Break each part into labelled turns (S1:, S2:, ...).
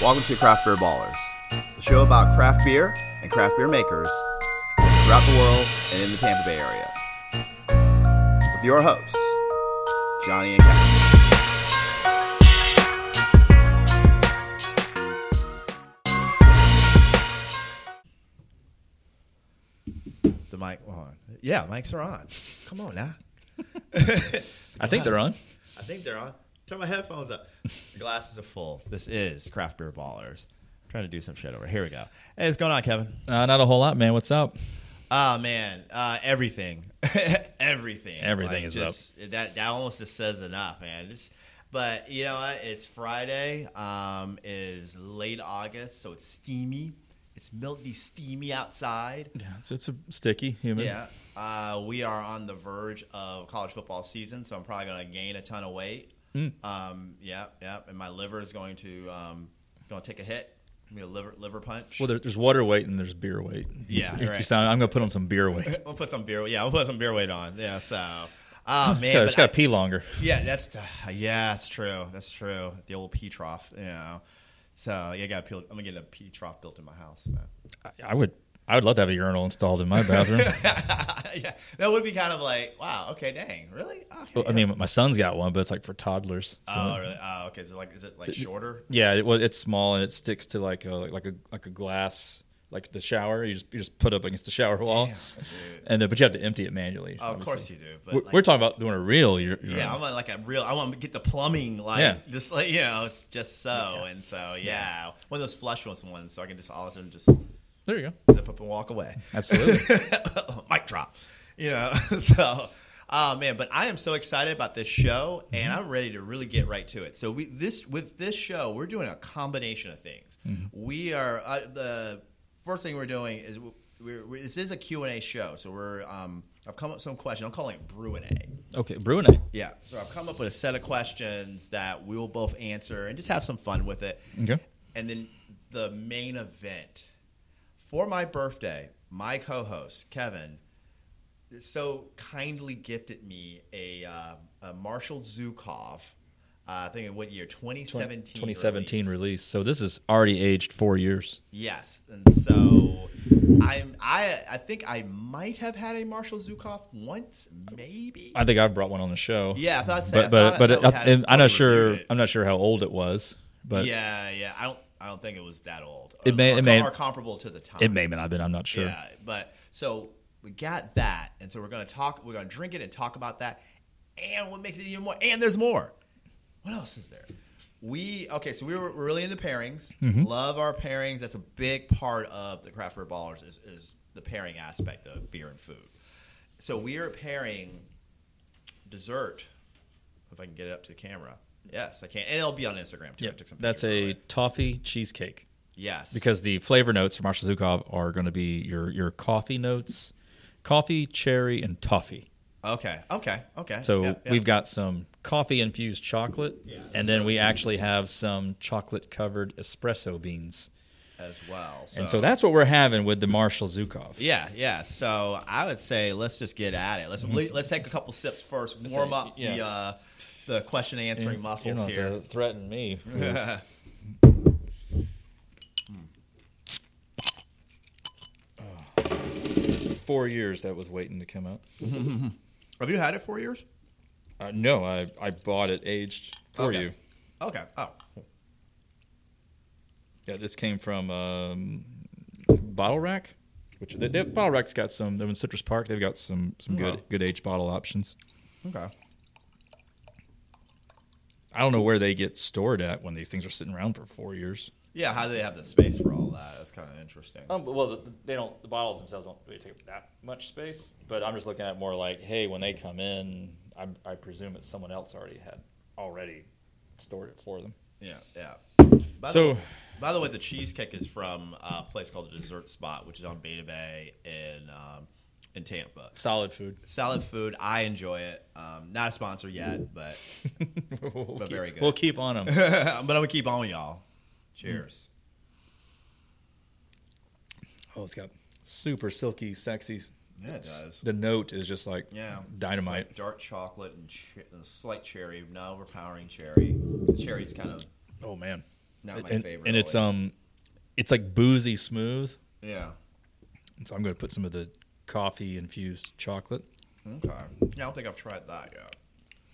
S1: Welcome to Craft Beer Ballers, the show about craft beer and craft beer makers throughout the world and in the Tampa Bay area. With your hosts, Johnny and Kat.
S2: The mic on. Yeah, mics are on. Come on now.
S3: I think they're on.
S2: I think they're on. Turn my headphones up. Glasses are full. This is Craft Beer Ballers. trying to do some shit over. Here we go. Hey, what's going on, Kevin?
S3: Uh, not a whole lot, man. What's up?
S2: Oh man, uh, everything, everything,
S3: Everything is
S2: just, up. That that almost just says enough, man. It's, but you know what? It's Friday. Um, is late August, so it's steamy. It's milky steamy outside.
S3: Yeah, it's, it's a sticky, humid.
S2: Yeah. Uh, we are on the verge of college football season, so I'm probably going to gain a ton of weight.
S3: Mm.
S2: Um, yeah, yeah. And my liver is going to um, going to take a hit. Give me a liver liver punch.
S3: Well, there, there's water weight and there's beer weight.
S2: Yeah,
S3: You
S2: right. Uh,
S3: sound- I'm gonna put on some beer weight.
S2: we'll put some beer. Yeah, we'll put some beer weight on. Yeah. So, oh
S3: Just
S2: man,
S3: gotta,
S2: but
S3: just gotta
S2: I-
S3: pee longer.
S2: yeah, that's uh, yeah, that's true. That's true. The old pee trough. You know. So yeah, I got. I'm gonna get a pee trough built in my house, man.
S3: I, I would, I would love to have a urinal installed in my bathroom.
S2: yeah, that would be kind of like, wow, okay, dang, really? Okay,
S3: Well, I mean, my son's got one, but it's like for toddlers. So.
S2: Oh, really? Oh, okay. So, like, is it like shorter?
S3: yeah, it, well, it's small and it sticks to like a, like a like a glass, like the shower. You just you just put up against the shower wall, and then, but you have to empty it manually.
S2: Oh, of
S3: obviously.
S2: course you do. But
S3: We're,
S2: like,
S3: we're talking about doing a real ur- urinal.
S2: yeah, I want like a real. I want to get the plumbing, like
S3: Yeah.
S2: just like you know, it's just so and so. Yeah. one of those flush ones, ones, so I can just all of a sudden just
S3: there you go.
S2: zip up and walk away.
S3: Absolutely.
S2: mic drop. You know, so oh man, but I am so excited about this show, and I'm ready to really get right to it. So we this with this show, we're doing a combination of things. We are uh, the first thing we're doing is we- we're, we're, this is a Q and A show, so we're um, I've come up with some question. I'm calling it brew and A.
S3: okay, Brunei.
S2: Yeah. So I've come up with a set of questions that we will both answer and just have some fun with it.
S3: Okay.
S2: And then the main event for my birthday, my co-host Kevin so kindly gifted me a, um, a Marshall Zukov. Uh, I think in what year? 2017.
S3: 2017 release. So this is already aged four years.
S2: Yes, and so I'm. I I think I might have had a Marshall Zukov once, maybe.
S3: I think I've brought one on the show.
S2: yeah, I thought.
S3: but
S2: I
S3: but
S2: thought- I thought
S3: but
S2: we had
S3: I, am
S2: probably
S3: not sure.
S2: reviewed it.
S3: I'm not sure how old it was. But
S2: yeah, yeah. I don't. I don't think it was that old.
S3: It may-
S2: Or-
S3: it may-
S2: or comparable to the time.
S3: it may have not been. I'm not sure.
S2: Yeah, but so we got that, and so we're gonna talk. We're gonna drink it and talk about that, and what makes it even more. And there's more. What else is there? We okay, so we were we're really into pairings.
S3: Mm-hmm.
S2: Love our pairings. That's a big part of the craft beer ballers is, is the pairing aspect of beer and food. So we are pairing dessert. If I can get it up to the camera, yes, I can, and it'll be on Instagram too. I
S3: Yep.
S2: took some
S3: That's
S2: pictures of
S3: a
S2: it.
S3: toffee cheesecake
S2: yes
S3: because the flavor notes from Marshall Zukov are going to be your your coffee notes, coffee, cherry, and toffee.
S2: okay okay okay
S3: So
S2: Yep, yep.
S3: we've got some coffee infused chocolate, and then we actually have some chocolate covered espresso beans.
S2: as well.
S3: And so that's what we're having with the Marshall Zukov.
S2: yeah, yeah. So I would say let's just get at it. Let's le- let's take a couple sips first, warm
S3: say-
S2: up the
S3: Mhm. yeah.
S2: uh, the question answering
S3: You
S2: muscles
S3: don't
S2: here.
S3: have to threaten me. with- Four years that was waiting to come out.
S2: Have you had it four years?
S3: Uh, no, I, I bought it aged for
S2: Okay.
S3: you.
S2: Okay. Oh,
S3: Yeah, this came from um, Bottle Rack, which they, they, Bottle Rack's got some. They're in Citrus Park. They've got some some good
S2: Wow.
S3: good aged bottle options.
S2: okay.
S3: I don't know where they get stored at when these things are sitting around for four years.
S2: Yeah. How do they have the space for all that? That's kind of interesting.
S3: Um, but- well, the- they don't. The bottles themselves don't really take up that much space. But I'm just looking at it more like, hey, when they come in, I, I presume it's someone else already had already stored it for them.
S2: Yeah, yeah. By the
S3: So-
S2: way, by the way, the cheesecake is from a place called the Dessert Spot, which is on Beta Bay in um, in Tampa.
S3: Solid food.
S2: Solid food. I enjoy it. Um, not a sponsor yet, but
S3: We'll
S2: But
S3: keep-
S2: very good.
S3: We'll keep on them.
S2: but I'm gonna keep on with y'all. Cheers.
S3: oh, it's got super silky, sexy.
S2: Yeah, it does.
S3: The note is just like
S2: Yeah, It's
S3: dynamite.
S2: like dark chocolate and, ch- and a slight cherry, not overpowering cherry. The cherry's kind of
S3: oh man,
S2: Not my
S3: and,
S2: favorite.
S3: and it's
S2: really.
S3: um, it's like boozy smooth.
S2: yeah.
S3: And so I'm going to put some of the coffee infused chocolate.
S2: Okay. Yeah, I don't think I've tried that yet.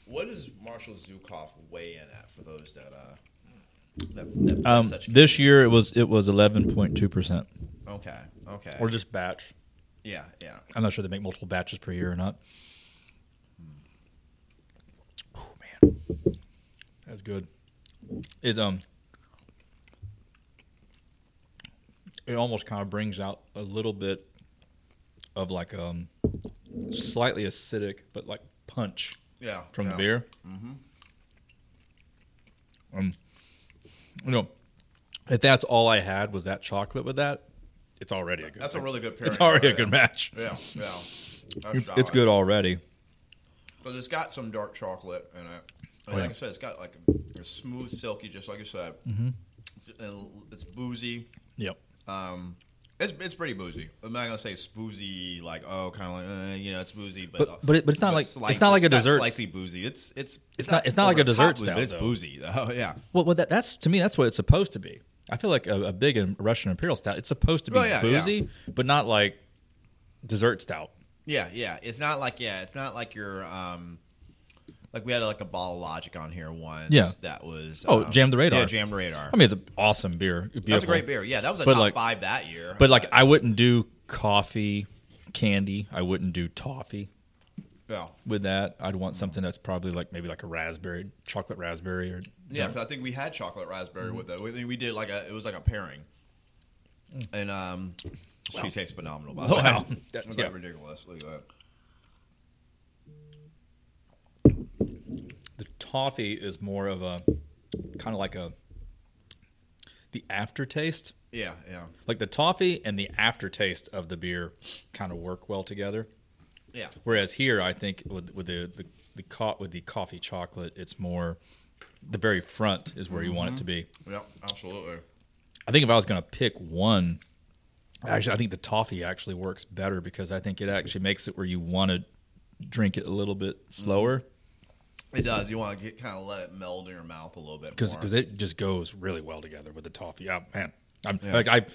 S2: What does Marshall Zukov weigh in at for those that uh that, that play
S3: Um,
S2: such
S3: this
S2: games?
S3: year it was it was 11.2 percent,
S2: Okay. Okay.
S3: or just batch.
S2: yeah, yeah.
S3: I'm not sure they make multiple batches per year or not. Oh man, that's good. It's um, it almost kind of brings out a little bit of like um, slightly acidic, but like punch
S2: Yeah.
S3: from
S2: yeah. Mm-hmm.
S3: the beer. Um, you know, if that's all I had was that chocolate with that, it's already a good.
S2: That's a really good pairing.
S3: it's already a
S2: right there.
S3: good match.
S2: Yeah, yeah. That's
S3: It's,
S2: solid.
S3: it's good already.
S2: But it's got some dark chocolate in it. And
S3: Oh,
S2: like
S3: yeah. Mm-hmm.
S2: I said, it's got like a smooth, silky, just like you said. It's, and it's boozy.
S3: Yep.
S2: Um, it's, it's pretty boozy. I'm not gonna say it's boozy like oh, kind of like uh, you know it's boozy, but
S3: But- but it- but it's not like- it's not like a dessert.
S2: Slicey boozy. It's it's
S3: It's not- it's not like a
S2: over the top
S3: dessert
S2: boozy,
S3: stout,
S2: but It's
S3: though.
S2: boozy. Oh yeah.
S3: Well, well that, that's to me that's what it's supposed to be. I feel like a, a big in- Russian imperial stout. It's supposed to be
S2: Oh, yeah,
S3: boozy,
S2: yeah.
S3: but not like dessert stout.
S2: Yeah, yeah. It's not like yeah, it's not like your um like we had like a ball of logic on here once
S3: Yeah.
S2: that was
S3: Oh,
S2: um,
S3: Jam the Radar.
S2: Yeah, Jam the Radar.
S3: I mean, it's an awesome beer. Beautiful.
S2: That's a great beer. Yeah, that was a
S3: But,
S2: top
S3: like-
S2: five that year.
S3: But like, I wouldn't do coffee, candy. I wouldn't do toffee
S2: yeah.
S3: with that. I'd want something that's probably like maybe like a raspberry, chocolate raspberry, or
S2: Yeah, 'cause I think we had chocolate
S3: Mm-hmm.
S2: raspberry with it. We, think we did like a it was like a pairing. And um she tastes phenomenal by the
S3: Mm. Wow.
S2: way.
S3: That-
S2: That's
S3: yeah.
S2: ridiculous. Look at that.
S3: the toffee is more of a kind of like a the aftertaste.
S2: Yeah, yeah.
S3: Like the toffee and the aftertaste of the beer kind of work well together.
S2: Yeah.
S3: Whereas here, I think with, with the the the co- with the coffee chocolate, it's more the very front is where you want it to be.
S2: Yeah, absolutely.
S3: I think if I was going to pick one, actually, I think the toffee actually works better because I think it actually makes it where you want to drink it a little bit
S2: Mm-hmm.
S3: slower
S2: It does. You want to get kind of let it meld in your mouth a little bit
S3: because
S2: more.
S3: it just goes really well together with the toffee. Oh man, I'm
S2: Yeah.
S3: like I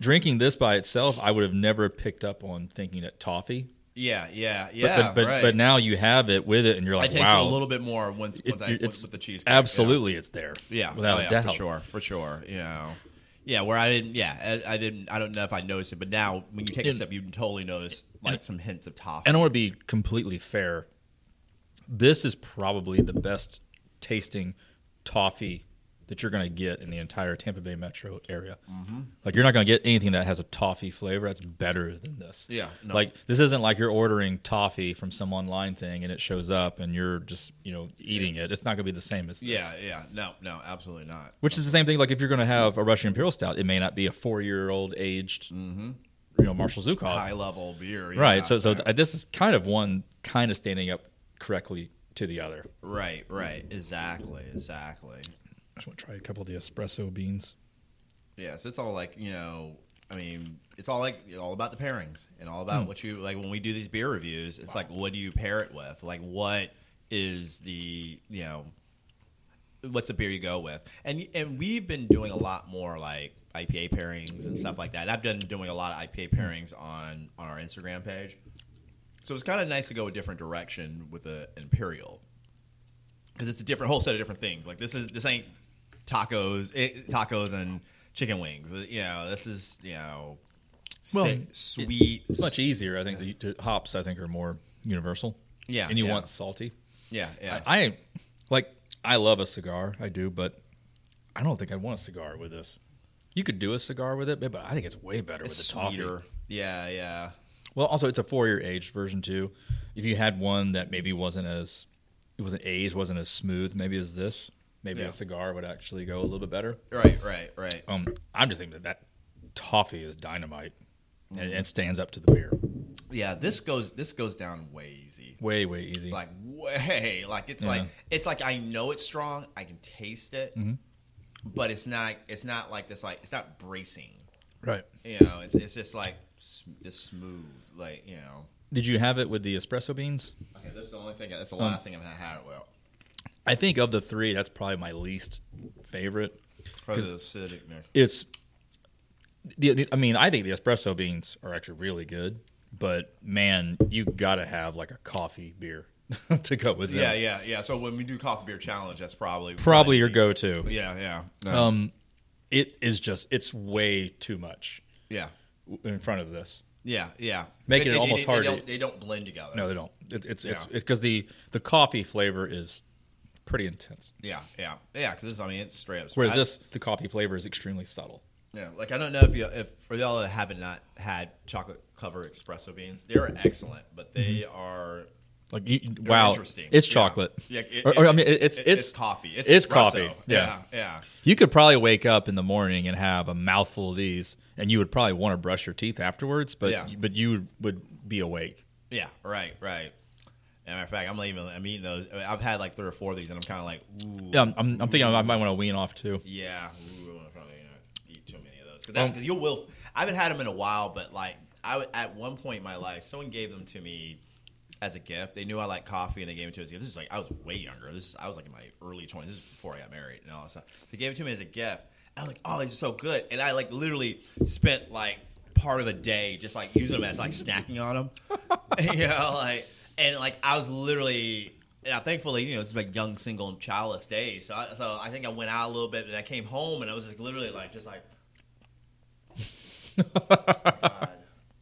S3: drinking this by itself. I would have never picked up on thinking that toffee.
S2: yeah, yeah,
S3: But-
S2: yeah.
S3: but but,
S2: right.
S3: but now you have it with it, and you're
S2: I
S3: like,
S2: taste
S3: wow,
S2: it a little bit more once,
S3: It-
S2: once I,
S3: it's
S2: with the cheese.
S3: absolutely it's there.
S2: Yeah. Yeah.
S3: without
S2: Oh,
S3: a
S2: yeah,
S3: doubt.
S2: For sure. For sure. You know. Yeah. Where I didn't. Yeah. I, I didn't. I don't know if I noticed it, but now when you take a
S3: And-
S2: sip, you totally notice like some hints of toffee.
S3: And I want to be completely fair. This is probably the best tasting toffee that you're going to get in the entire Tampa Bay metro area.
S2: Mm-hmm.
S3: Like you're not going to get anything that has a toffee flavor that's better than this.
S2: Yeah, no.
S3: Like this isn't like you're ordering toffee from some online thing and it shows up and you're just, you know, eating it. It's not going to be the same as this.
S2: yeah. Yeah. No. No. Absolutely not.
S3: Which is the same thing. Like if you're going to have a Russian Imperial Stout, it may not be a four year old aged, you know, Marshall Zukov.
S2: High level beer. yeah.
S3: Oh. Right. So so th- this is kind of one kind of standing up correctly to the other.
S2: Right. Right. Exactly. Exactly.
S3: I just want to try a couple of the espresso beans.
S2: Yes, it's all like you know. I mean, it's all like all about the pairings and all
S3: Hmm.
S2: about what you like when we do these beer reviews. It's like what do you pair it with? Like what is the you know what's the beer you go with? And and we've been doing a lot more like IPA pairings and stuff like that. I've been doing a lot of IPA pairings on on our Instagram page. So it's kind of nice to go a different direction with a imperial because it's a different whole set of different things. Like this is this ain't tacos, it, tacos and chicken wings. Uh, You know, this is you know,
S3: Well,
S2: sick,
S3: it-
S2: sweet.
S3: It's much easier, I think. The, the hops, I think, are more universal.
S2: Yeah,
S3: and you
S2: yeah.
S3: want salty.
S2: Yeah, yeah.
S3: I, I like. I love a cigar. I do, but I don't think I'd want a cigar with this. You could do a cigar with it, but I think it's way better with the toffee.
S2: Yeah, yeah.
S3: Well, also it's a four-year aged version too. If you had one that maybe wasn't as it wasn't aged, wasn't as smooth, maybe as this, maybe
S2: Yeah.
S3: a cigar would actually go a little bit better.
S2: Right, right, right.
S3: Um, I'm just thinking that that toffee is dynamite and,
S2: Mm-hmm.
S3: and stands up to the beer.
S2: Yeah, this goes this goes down way easy.
S3: Way, way easy.
S2: Like way, like it's like
S3: Yeah. Mm-hmm.
S2: it's like I know it's strong. I can taste it, but it's not. It's not like this. Like it's not bracing.
S3: right.
S2: You know, it's it's just like sm- just smooth. Like you know.
S3: Did you have it with the espresso beans?
S2: Okay, that's the only thing. That's
S3: Um,
S2: the last thing I've had it with.
S3: I think of the three, that's probably my least favorite.
S2: Probably the acidic nature.
S3: it's the, the- I mean, I think the espresso beans are actually really good, but man, you gotta have like a coffee beer to go with them.
S2: Yeah, yeah, yeah. So when we do coffee beer challenge, that's probably
S3: Probably Um, your go-to.
S2: Yeah, yeah, No.
S3: It is just it's way too much
S2: yeah,
S3: in front of this.
S2: yeah, yeah.
S3: Making it
S2: They- they-
S3: almost
S2: they,
S3: hard
S2: They
S3: to-
S2: don't, they don't blend together.
S3: No, they don't. It, it's it's
S2: Yeah.
S3: it's because the the coffee flavor is pretty intense,
S2: Yeah, yeah, yeah. Because I mean, it's straight up.
S3: whereas
S2: I-
S3: this the coffee flavor is extremely subtle.
S2: Yeah, like I don't know if you if for y'all that haven't not had chocolate cover espresso beans, they are excellent, but they are
S3: Like you,
S2: they're
S3: Mm-hmm. wow,
S2: interesting.
S3: it's
S2: Yeah.
S3: chocolate.
S2: Yeah, it-
S3: or, or, I
S2: it-
S3: mean, it- it's,
S2: it-
S3: it's
S2: coffee. It's,
S3: it's
S2: espresso.
S3: coffee.
S2: yeah, yeah.
S3: You could probably wake up in the morning and have a mouthful of these, and you would probably want to brush your teeth afterwards, but
S2: Yeah.
S3: but you would be awake.
S2: Yeah, right, right. As a matter of fact, I'm not even. I'm eating those. I mean, I've had like three or four of these, and I'm kind of like, ooh,
S3: Yeah, I'm, I'm, I'm thinking I might want to wean off too.
S2: yeah, ooh, I'm probably not eat too many of those because you will. I haven't had them in a while, but like I would- at one point in my life, someone gave them to me as a gift. They knew I like coffee, and they gave it to me as a gift. This is like I was way younger. This is I was like in my early 20s. This is before I got married and all that stuff. They gave it to me as a gift. I was like, oh, these are so good, and I like literally spent like part of a day just like using them as like snacking on them. you know, like and like I was literally yeah, thankfully, you know, it's like young, single, and childless days. So I, so I think I went out a little bit, and I came home, and I was just literally like, just like, God,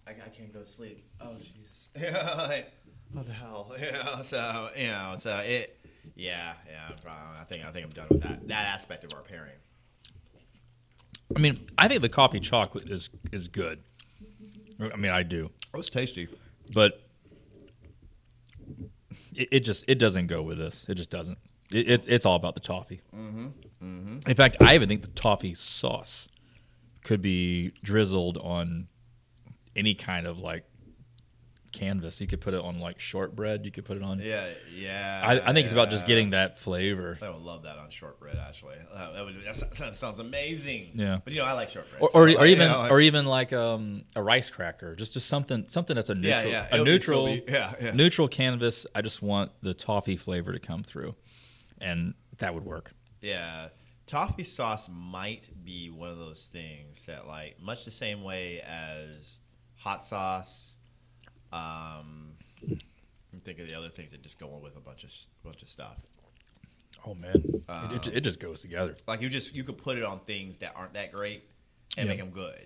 S2: I, I can't go to sleep. Oh Jesus! Yeah, like, what the hell? Yeah. So you know, so it. Yeah, yeah. Probably, I think I think I'm done with that that aspect of our pairing.
S3: I mean, I think the coffee chocolate is is good. I mean, I do,
S2: It was tasty.
S3: but it, it just it doesn't go with this. It just doesn't. It, it's it's all about the toffee. Mm-hmm. Mm-hmm. In fact, I even think the toffee sauce could be drizzled on any kind of like canvas. You could put it on like shortbread. You could put it on.
S2: Yeah, yeah.
S3: I, I think it's about just
S2: yeah.
S3: getting that flavor.
S2: I would love that on shortbread. Actually, Uh, that, would, that sounds- that sounds amazing.
S3: Yeah.
S2: but you know I like shortbread.
S3: Or,
S2: so,
S3: or,
S2: like,
S3: or
S2: you
S3: even
S2: know, like-
S3: or even like um, a rice cracker, just just something something that's a neutral
S2: Yeah, yeah.
S3: a
S2: It'll be-
S3: neutral
S2: it'll be- yeah, yeah.
S3: neutral canvas. I just want the toffee flavor to come through, and that would work.
S2: Yeah. Toffee sauce might be one of those things that, like, much the same way as hot sauce. Um, I'm thinking of the other things that just go on with a bunch of bunch of stuff.
S3: Oh man, it, it, it just goes together.
S2: Like you just you could put it on things that aren't that great and
S3: Yeah.
S2: make 'em make them good.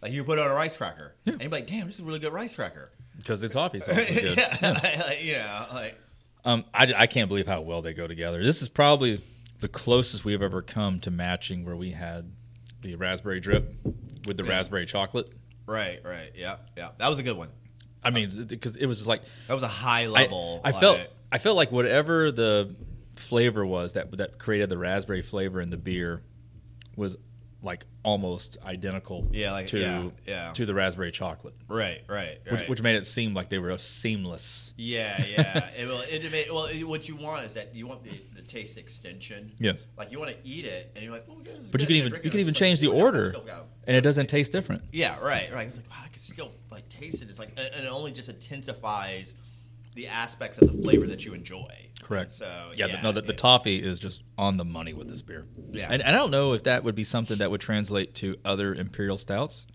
S2: Like you put it on a rice cracker and you're like, damn, this is a really good rice cracker.
S3: Because the toffee sauce is good.
S2: yeah, like, you know, like
S3: um, I, I can't believe how well they go together. This is probably the closest we've ever come to matching where we had the raspberry drip with the raspberry chocolate.
S2: right, right, yeah, yeah. That was a good one.
S3: I mean, because it was just like
S2: That was a high
S3: I-
S2: level.
S3: I, felt
S2: like-
S3: I felt like whatever the flavor was that that created the raspberry flavor in the beer was like almost identical
S2: Yeah, like-
S3: to
S2: yeah, yeah.
S3: to the raspberry chocolate
S2: right, right, right.
S3: which, which made it seem like they were seamless
S2: Yeah, yeah. it will. It, it, well, it, what you want is that you want the, the taste extension.
S3: Yes.
S2: Like you want to eat it, and you're like, oh, yeah, this is
S3: but you
S2: good."
S3: can
S2: And
S3: even
S2: drink it,
S3: you can
S2: it's
S3: even
S2: like,
S3: change the
S2: oh, yeah,
S3: order
S2: still got-
S3: and it doesn't taste different
S2: Yeah, right, right. It's like wow, I can still like taste it. It's like, and and it only just intensifies the aspects of the flavor that you enjoy. So
S3: yeah,
S2: yeah,
S3: the, no the, the
S2: it-
S3: toffee is just on the money with this beer
S2: Yeah.
S3: and, and i don't know if that would be something that would translate to other imperial stouts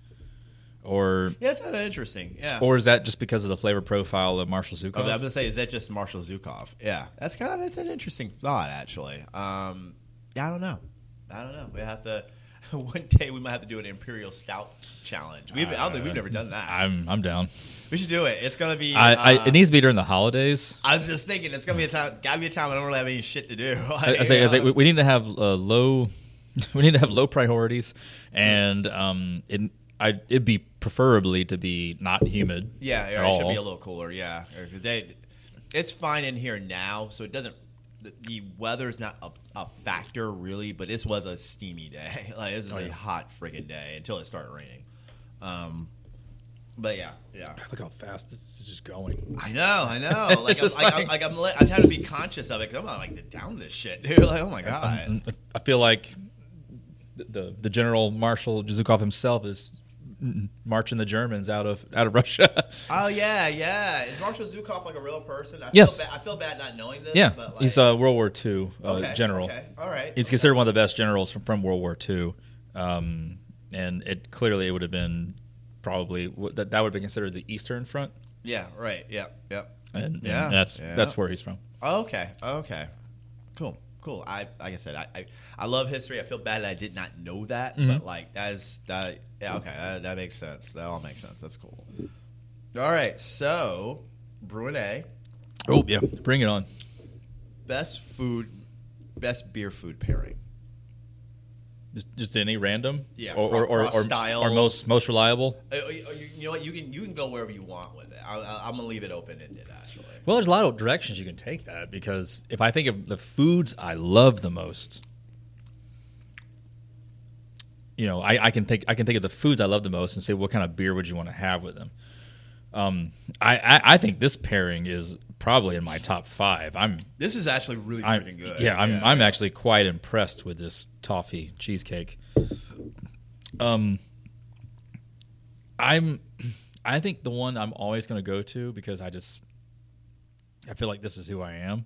S3: or
S2: Yeah, that's kind of interesting. Yeah.
S3: or is that just because of the flavor profile of marshall
S2: I
S3: zuko
S2: was- I'm gonna say, is Oh, that just Marshall Zukov? Yeah, that's kind of that's an interesting thought, actually. Um, yeah, I don't know. I don't know. We have to one day we might have to do an Imperial Stout challenge. We've, I don't think we've never done that.
S3: i'm i'm down
S2: we should do it. It's gonna be.
S3: I, I,
S2: uh,
S3: it needs to be during the holidays.
S2: I was just thinking it's gonna be a time. Gotta be a time I don't really have any shit to do.
S3: I, I say, I say, we, we need to have uh, low, we need to have low priorities, and um, it, I, it'd be preferably to be not humid.
S2: Yeah,
S3: at
S2: yeah, it should be a
S3: all.
S2: little cooler. Yeah, today it's fine in here now, so it doesn't. The, the weather's not a, a factor really, but this was a steamy day. Like this was
S3: Oh,
S2: a hot friggin' day until it started raining. Um, but yeah, yeah.
S3: Look how fast this is just going.
S2: I know, I know. Like, I'm,
S3: just
S2: like, I'm,
S3: like-
S2: like I'm, li- I'm trying to be conscious of it because I'm not like to down this shit, dude. Like, oh my god.
S3: And I feel like the the, the General Marshal Zhukov himself is marching the Germans out of out of Russia.
S2: Oh yeah, yeah. Is Marshall Zukov like a real person? I
S3: Yes.
S2: Feel bad, I feel bad not knowing this.
S3: yeah,
S2: but like,
S3: he's a World War II uh,
S2: okay,
S3: general.
S2: Okay, all right.
S3: He's considered one of the best generals from, from World War II, um, and it clearly it would have been probably w- that that would have been considered the Eastern Front,
S2: yeah. Right. Yep. Yep.
S3: and, and
S2: Yeah,
S3: that's
S2: yeah.
S3: that's where he's from.
S2: Okay. Okay. Cool. Cool. I like I said, I, I, I love history. I feel bad that I did not know that,
S3: Mm-hmm.
S2: but like that is that. Yeah. Okay. That, that makes sense. That all makes sense. That's cool. All right. So, Brunei,
S3: Oh yeah, bring it on.
S2: best food, best beer food pairing.
S3: Just, just any random,
S2: Yeah,
S3: or or, or,
S2: cross
S3: or,
S2: styles.
S3: or most most reliable.
S2: Uh, You you know what? You can you can go wherever you want with it. I, I, I'm gonna leave it open ended actually.
S3: Well, there's a lot of directions you can take that because if I think of the foods I love the most, you know, I, I can think I can think of the foods I love the most and say what kind of beer would you want to have with them. Um, I, I I think this pairing is probably in my top five. I'm
S2: This is actually really
S3: I'm
S2: freaking good.
S3: yeah I'm I'm actually quite impressed with this toffee cheesecake. Um, I'm I think the one I'm always going to go to because I just I feel like this is who I am.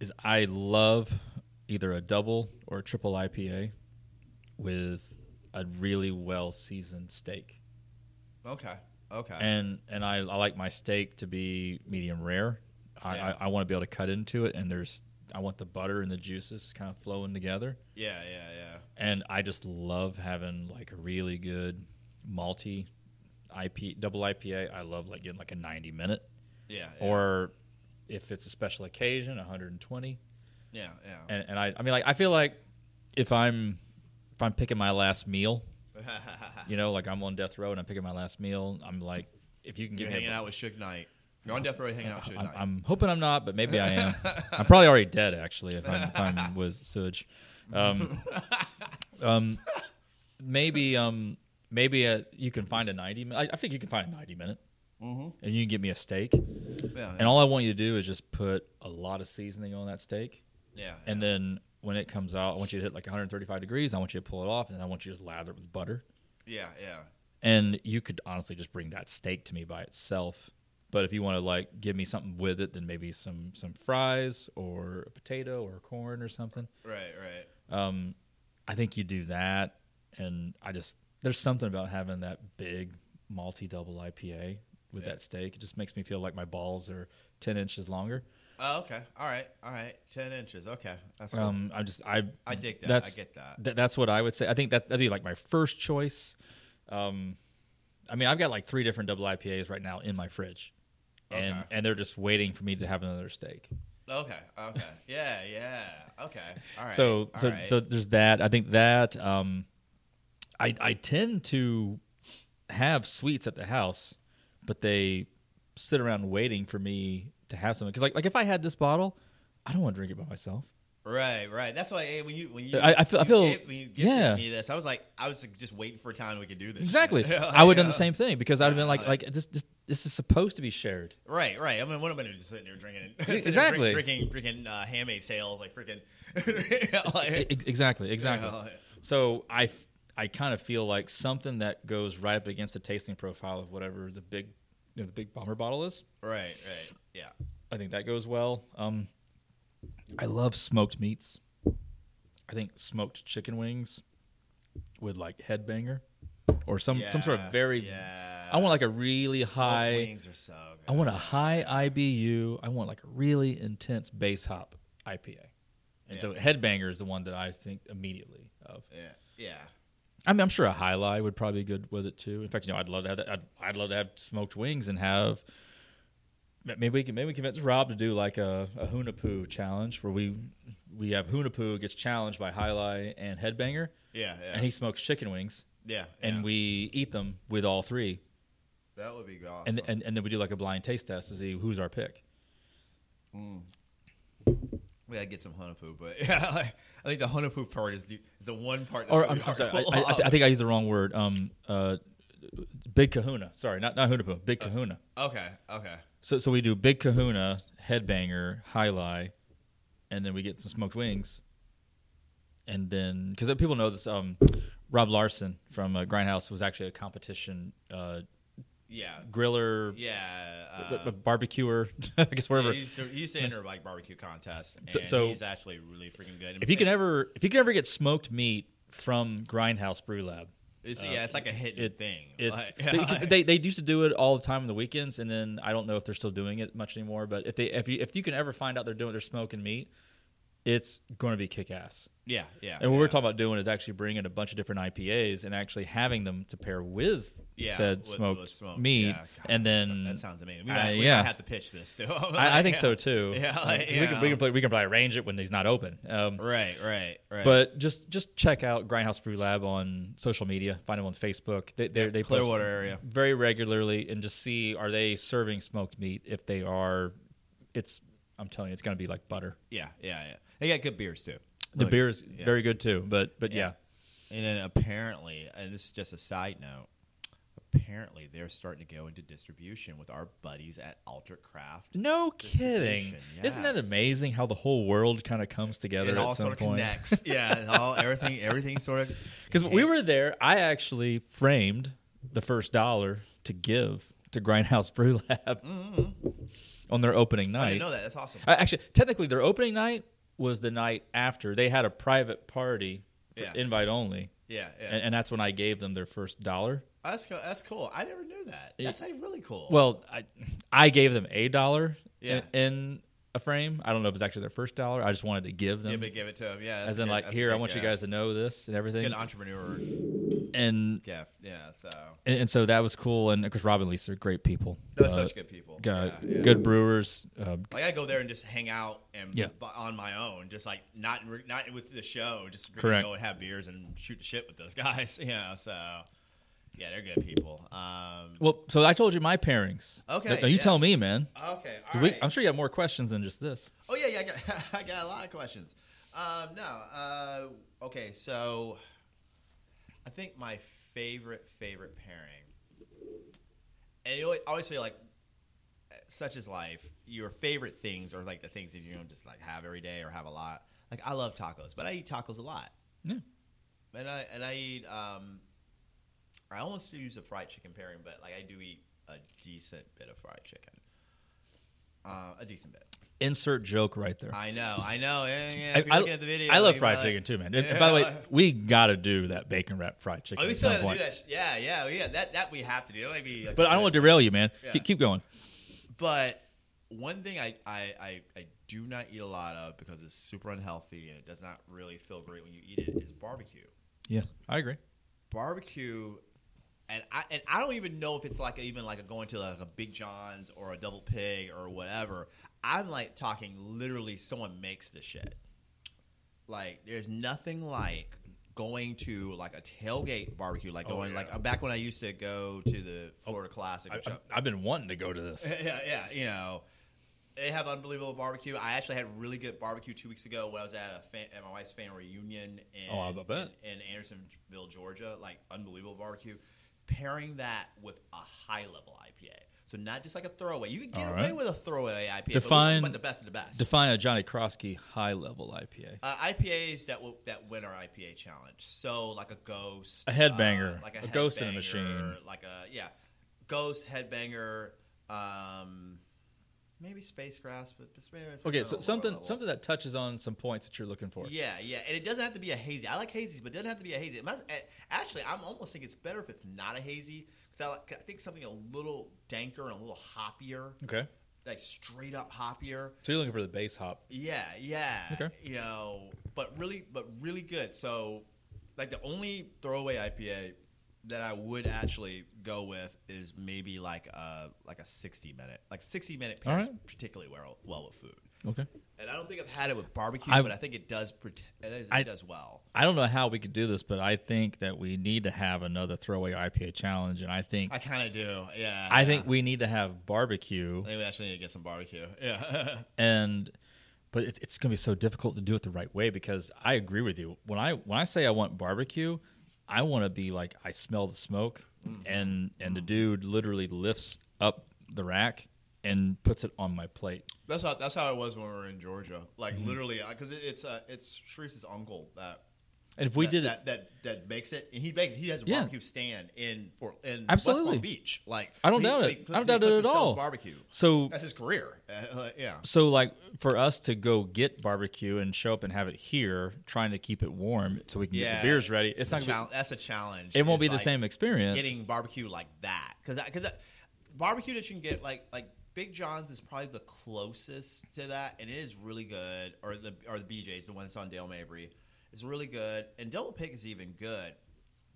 S3: Is I love either a double or a triple IPA with a really well seasoned steak,
S2: okay. Okay.
S3: and and I, I like my steak to be medium rare. I,
S2: Yeah.
S3: I, I want to be able to cut into it, and there's I want the butter and the juices kind of flowing together,
S2: yeah. Yeah. Yeah.
S3: and I just love having like a really good malty IP double IPA. I love like getting like a 90 minute
S2: Yeah. yeah.
S3: or if it's a special occasion 120
S2: yeah. Yeah.
S3: and, and I, I mean like i feel like if i'm if i'm picking my last meal
S2: Ah.
S3: you know like i'm on death row and i'm picking my last meal i'm like if you can
S2: You're
S3: get me
S2: hanging
S3: a,
S2: out with Suge Knight. You're on death row hanging out with Suge
S3: I'm,
S2: Knight.
S3: I'm hoping i'm not but maybe i am i'm probably already dead actually if i'm, if I'm with sewage um, um, maybe um, maybe a, you can find a 90 min- I, I think you can find a 90 minute and you can get me a steak
S2: yeah,
S3: and all i want you to do is just put a lot of seasoning on that steak
S2: yeah,
S3: And then when it comes out, I want you to hit like 135 degrees. I want you to pull it off, and then I want you to just lather it with butter.
S2: yeah, yeah,
S3: And you could honestly just bring that steak to me by itself. But if you want to like give me something with it, then maybe some some fries or a potato or corn or something.
S2: right, right.
S3: Um, I think you do that, and I just there's something about having that big malty double IPA with that steak. It just makes me feel like my balls are 10 inches longer.
S2: Oh, okay, all right, all right. Ten inches. Okay, that's cool.
S3: Um, I just I
S2: Oh. I dig that.
S3: that's-
S2: I get that.
S3: Th- that's what I would say. I think that that'd be like my first choice. Um, I mean, I've got like three different double IPAs right now in my fridge, and
S2: Okay.
S3: and they're just waiting for me to have another steak.
S2: Okay, okay. Yeah, yeah. Okay, all right.
S3: so
S2: all
S3: so
S2: right.
S3: so there's that. I think that um, I I tend to have sweets at the house, but they sit around waiting for me to have something because like like if I had this bottle, I don't want to drink it by myself.
S2: right, right. That's why hey, when you when you
S3: I- I feel- I
S2: you
S3: feel-
S2: gave- when you gifted
S3: yeah.
S2: me this, I was like, I was just waiting for a time we could do this.
S3: Exactly.
S2: Yeah,
S3: I would have done
S2: yeah.
S3: the same thing because I'd have been like,
S2: Yeah.
S3: like this, this, this is supposed to be shared.
S2: Right, right. I mean, what am I gonna do? Just sitting here drinking, sitting here
S3: Exactly.
S2: drink, drinking, drinking uh, ham sale, like freaking. like,
S3: Ex- exactly. Exactly.
S2: Yeah.
S3: So I, f- I kind of feel like something that goes right up against the tasting profile of whatever the big, you know, the big bomber bottle is.
S2: right, right. Yeah.
S3: I think that goes well. Um, I love smoked meats. I think smoked chicken wings with like headbanger or some, some sort
S2: Yeah,
S3: of very,
S2: Yeah.
S3: I want like a really
S2: Smoked
S3: high,
S2: wings are so
S3: I
S2: good.
S3: want a high IBU. I want like a really intense base hop IPA. And so Headbanger is the one that I think immediately of.
S2: Yeah. Yeah.
S3: I mean, I'm sure a High Lie would probably be good with it too. In fact, you know, I'd love to have that. I'd, I'd love to have smoked wings and have. Maybe we can maybe we can convince Rob to do like a, a Hunapoo challenge where we we have Hunapoo gets challenged by High Lie and Headbanger,
S2: Yeah. Yeah.
S3: and he smokes chicken wings,
S2: yeah.
S3: and
S2: yeah.
S3: we eat them with all three,
S2: that would be awesome.
S3: and, and and then we do like a blind taste test to see who's our pick.
S2: we gotta get some Hunapu, but yeah, like, I think the Hunapu part is the is the one part. That's
S3: or I'm,
S2: really
S3: I'm sorry, I,
S2: hard to
S3: I, I,
S2: pull
S3: th- I think I used the wrong word. Um, uh, big Kahuna. Sorry, not not Hunapoo. Big
S2: Uh,
S3: Kahuna.
S2: off. okay. Okay.
S3: So so we do Big Kahuna, Headbanger, High Lie, and then we get some smoked wings, and then because people know this. Um, Rob Larson from uh, Grindhouse was actually a competition uh,
S2: Yeah.
S3: griller,
S2: Yeah. Uh,
S3: b- b- barbecuer, I guess wherever.
S2: he, used to, he used to enter like barbecue contests, and
S3: So- so-
S2: he's actually really freaking good.
S3: if you can ever, if you can ever get smoked meat from Grindhouse Brew Lab,
S2: it's, yeah, it's like a hidden thing.
S3: It's
S2: Like-
S3: they, they they used to do it all the time on the weekends, and then I don't know if they're still doing it much anymore. But if they if you if you can ever find out they're doing they're smoking meat, it's going to be kick ass.
S2: yeah, yeah.
S3: And what we're
S2: yeah.
S3: talking about doing is actually bringing a bunch of different IPAs and actually having them to pair with
S2: Yeah,
S3: said
S2: with- with
S3: smoked
S2: smoke.
S3: meat,
S2: Yeah, God,
S3: and
S2: that
S3: then
S2: that sounds amazing. We
S3: Uh,
S2: might, we
S3: yeah.
S2: might have to pitch this. Too.
S3: I, I think
S2: Yeah.
S3: so too.
S2: Yeah, like,
S3: 'Cause
S2: you
S3: we can we
S2: know.
S3: can, play, we can probably arrange it when he's not open. Um,
S2: Right, right, right.
S3: But just just check out Grindhouse Brew Lab on social media. Find them on Facebook. They they, they post
S2: Clearwater area.
S3: very regularly and just see are they serving smoked meat. If they are, it's I'm telling you, it's going to be like butter.
S2: Yeah, yeah, yeah. They got good beers too.
S3: The
S2: Really
S3: beer is
S2: good. Yeah.
S3: very good too. But but yeah,
S2: And then apparently, and this is just a side note, apparently they're starting to go into distribution with our buddies at Alter Craft.
S3: no kidding.
S2: Distribution,
S3: Isn't that
S2: yes.
S3: amazing how the whole world kind of comes together
S2: It
S3: at
S2: all
S3: some
S2: sort of
S3: point?
S2: connects. yeah, it all everything everything sort of
S3: Because we were there, I actually framed the first dollar to give to Grindhouse Brew Lab on their opening night.
S2: Mm-hmm. I didn't know that. That's awesome.
S3: Uh, Actually, technically, their opening night was the night after. They had a private party, for
S2: Yeah.
S3: invite only,
S2: yeah, yeah.
S3: and, and that's when I gave them their first dollar.
S2: that's cool. That's cool. I never knew that. That's like, really cool.
S3: Well, I, I gave them a dollar
S2: Yeah.
S3: in, in a frame. I don't know if it's actually their first dollar. I just wanted to give
S2: yeah,
S3: them,
S2: but give it to him. Yeah, that's
S3: as in
S2: good.
S3: like,
S2: That's
S3: here, I
S2: good,
S3: want you
S2: yeah.
S3: guys to know this and everything.
S2: Good entrepreneur
S3: And
S2: gift. Yeah, so
S3: and, and so that was cool. And because Rob and Lisa are great people,
S2: they're
S3: Uh,
S2: such good people.
S3: got
S2: Yeah, yeah.
S3: good brewers. Uh,
S2: Like I go there and just hang out and
S3: Yeah.
S2: b- on my own, just like not in re- not with the show, just freaking
S3: Correct.
S2: go and have beers and shoot the shit with those guys. Yeah, so yeah, they're good people. Um,
S3: well, so I told you my pairings.
S2: Okay,
S3: now you tell
S2: yes.
S3: me, man.
S2: okay, all
S3: We-
S2: right.
S3: I'm sure you have more questions than just this.
S2: oh yeah, yeah, I got, I got a lot of questions. Um, no, uh, okay, so I think my favorite favorite pairing, and you always- I always feel like such is life. Your favorite things are like the things that you don't just like have every day or have a lot. Like I love tacos, but I eat tacos a lot.
S3: Yeah.
S2: And I and I eat um, I almost use a fried chicken pairing, but like I do eat a decent bit of fried chicken. Uh, a decent bit.
S3: Insert joke right there.
S2: I know, I know. Yeah, yeah.
S3: I,
S2: If you're
S3: I-
S2: looking at the video,
S3: I love
S2: you
S3: fried
S2: might-
S3: chicken too, man. And- and by the way,
S2: Yeah.
S3: we gotta do that bacon wrap fried chicken
S2: Oh, we
S3: at
S2: still
S3: some
S2: have to do
S3: point.
S2: that. sh- Yeah, yeah, yeah. That that we have to do. That might be. like,
S3: But I don't want to derail you, man.
S2: Yeah.
S3: Keep, keep going.
S2: But one thing I, I, I, I do not eat a lot of because it's super unhealthy and it does not really feel great when you eat it is barbecue.
S3: Yeah, I agree.
S2: barbecue and I and I don't even know if it's like even like a going to like a Big John's or a Double Pig or whatever. I'm like talking literally someone makes this shit. Like there's nothing like going to like a tailgate barbecue, like going
S3: Oh, yeah. Oh,
S2: like uh, back when I used to go to the Florida Classic.
S3: I,
S2: which I-
S3: have been wanting to go to this.
S2: yeah, yeah, you know. They have unbelievable barbecue. I actually had really good barbecue two weeks ago when I was at a fan, at my wife's family reunion in,
S3: Oh, I bet.
S2: in in Andersonville, Georgia. Like unbelievable barbecue. Pairing that with a high level IPA, so not just like a throwaway. You can get
S3: All
S2: away
S3: right.
S2: with a throwaway IPA,
S3: Define-
S2: but, it was- but the best of the best.
S3: Define a Johnny Krosky high level IPA.
S2: uh, IPAs that will, that win our IPA challenge. So like a ghost,
S3: A headbanger,
S2: uh, like a,
S3: a ghost in a
S2: headbanger,
S3: machine.
S2: like a yeah, ghost headbanger, um, maybe space grass, but, but maybe it's
S3: Okay,
S2: on a
S3: so
S2: lower
S3: something
S2: level.
S3: something that touches on some points that you're looking for.
S2: Yeah, yeah, and it doesn't have to be a hazy. I like hazies, but it doesn't have to be a hazy. It must, a- actually, I'm almost think it's better if it's not a hazy because I, like, I think something a little danker and a little hoppier,
S3: Okay,
S2: like straight up hoppier.
S3: so you're looking for the base hop.
S2: Yeah, yeah.
S3: Okay.
S2: You know, but really, but really good. So, like the only throwaway IPA that I would actually go with is maybe like a like a sixty minute, like sixty minute
S3: All
S2: pairs
S3: right.
S2: particularly well well with food.
S3: Okay.
S2: And I don't think I've had it with barbecue,
S3: I've-
S2: but I think it does prote- it, is,
S3: I-
S2: it does well.
S3: I don't know how we could do this, but I think that we need to have another throwaway IPA challenge, and I think
S2: I kind of do. Yeah.
S3: I think we need to have barbecue.
S2: I think we actually need to get some barbecue. Yeah.
S3: and but it's, it's going to be so difficult to do it the right way because I agree with you. When I when I say I want barbecue, I want to be like I smell the smoke,
S2: Mm-hmm.
S3: and and the dude literally lifts up the rack and puts it on my plate.
S2: That's how
S3: Mm-hmm.
S2: that's how it was when we were in Georgia. Like literally, because it, it's uh, it's Teresa's uncle that
S3: And if we
S2: that,
S3: did it,
S2: that, that that makes it, and he makes he has a
S3: Yeah.
S2: barbecue stand in Fort in West
S3: Absolutely.
S2: Palm Beach. Like
S3: I don't
S2: he-
S3: doubt
S2: he
S3: it.
S2: cooks-
S3: I don't
S2: he
S3: doubt it
S2: cooks
S3: at
S2: and sells
S3: all.
S2: Barbecue.
S3: so
S2: That's his career. Uh, uh, yeah.
S3: so like for us to go get barbecue and show up and have it here, trying to keep it warm so we can get
S2: Yeah.
S3: the beers ready. It's
S2: a
S3: not gonna
S2: chal- that's a challenge.
S3: be, it won't
S2: is,
S3: be the
S2: like,
S3: same experience.
S2: Getting barbecue like that because because barbecue that you can get like like Big John's is probably the closest to that, and it is really good. Or the or the BJ's, the one that's on Dale Mabry, is really good, and Double Pig is even good.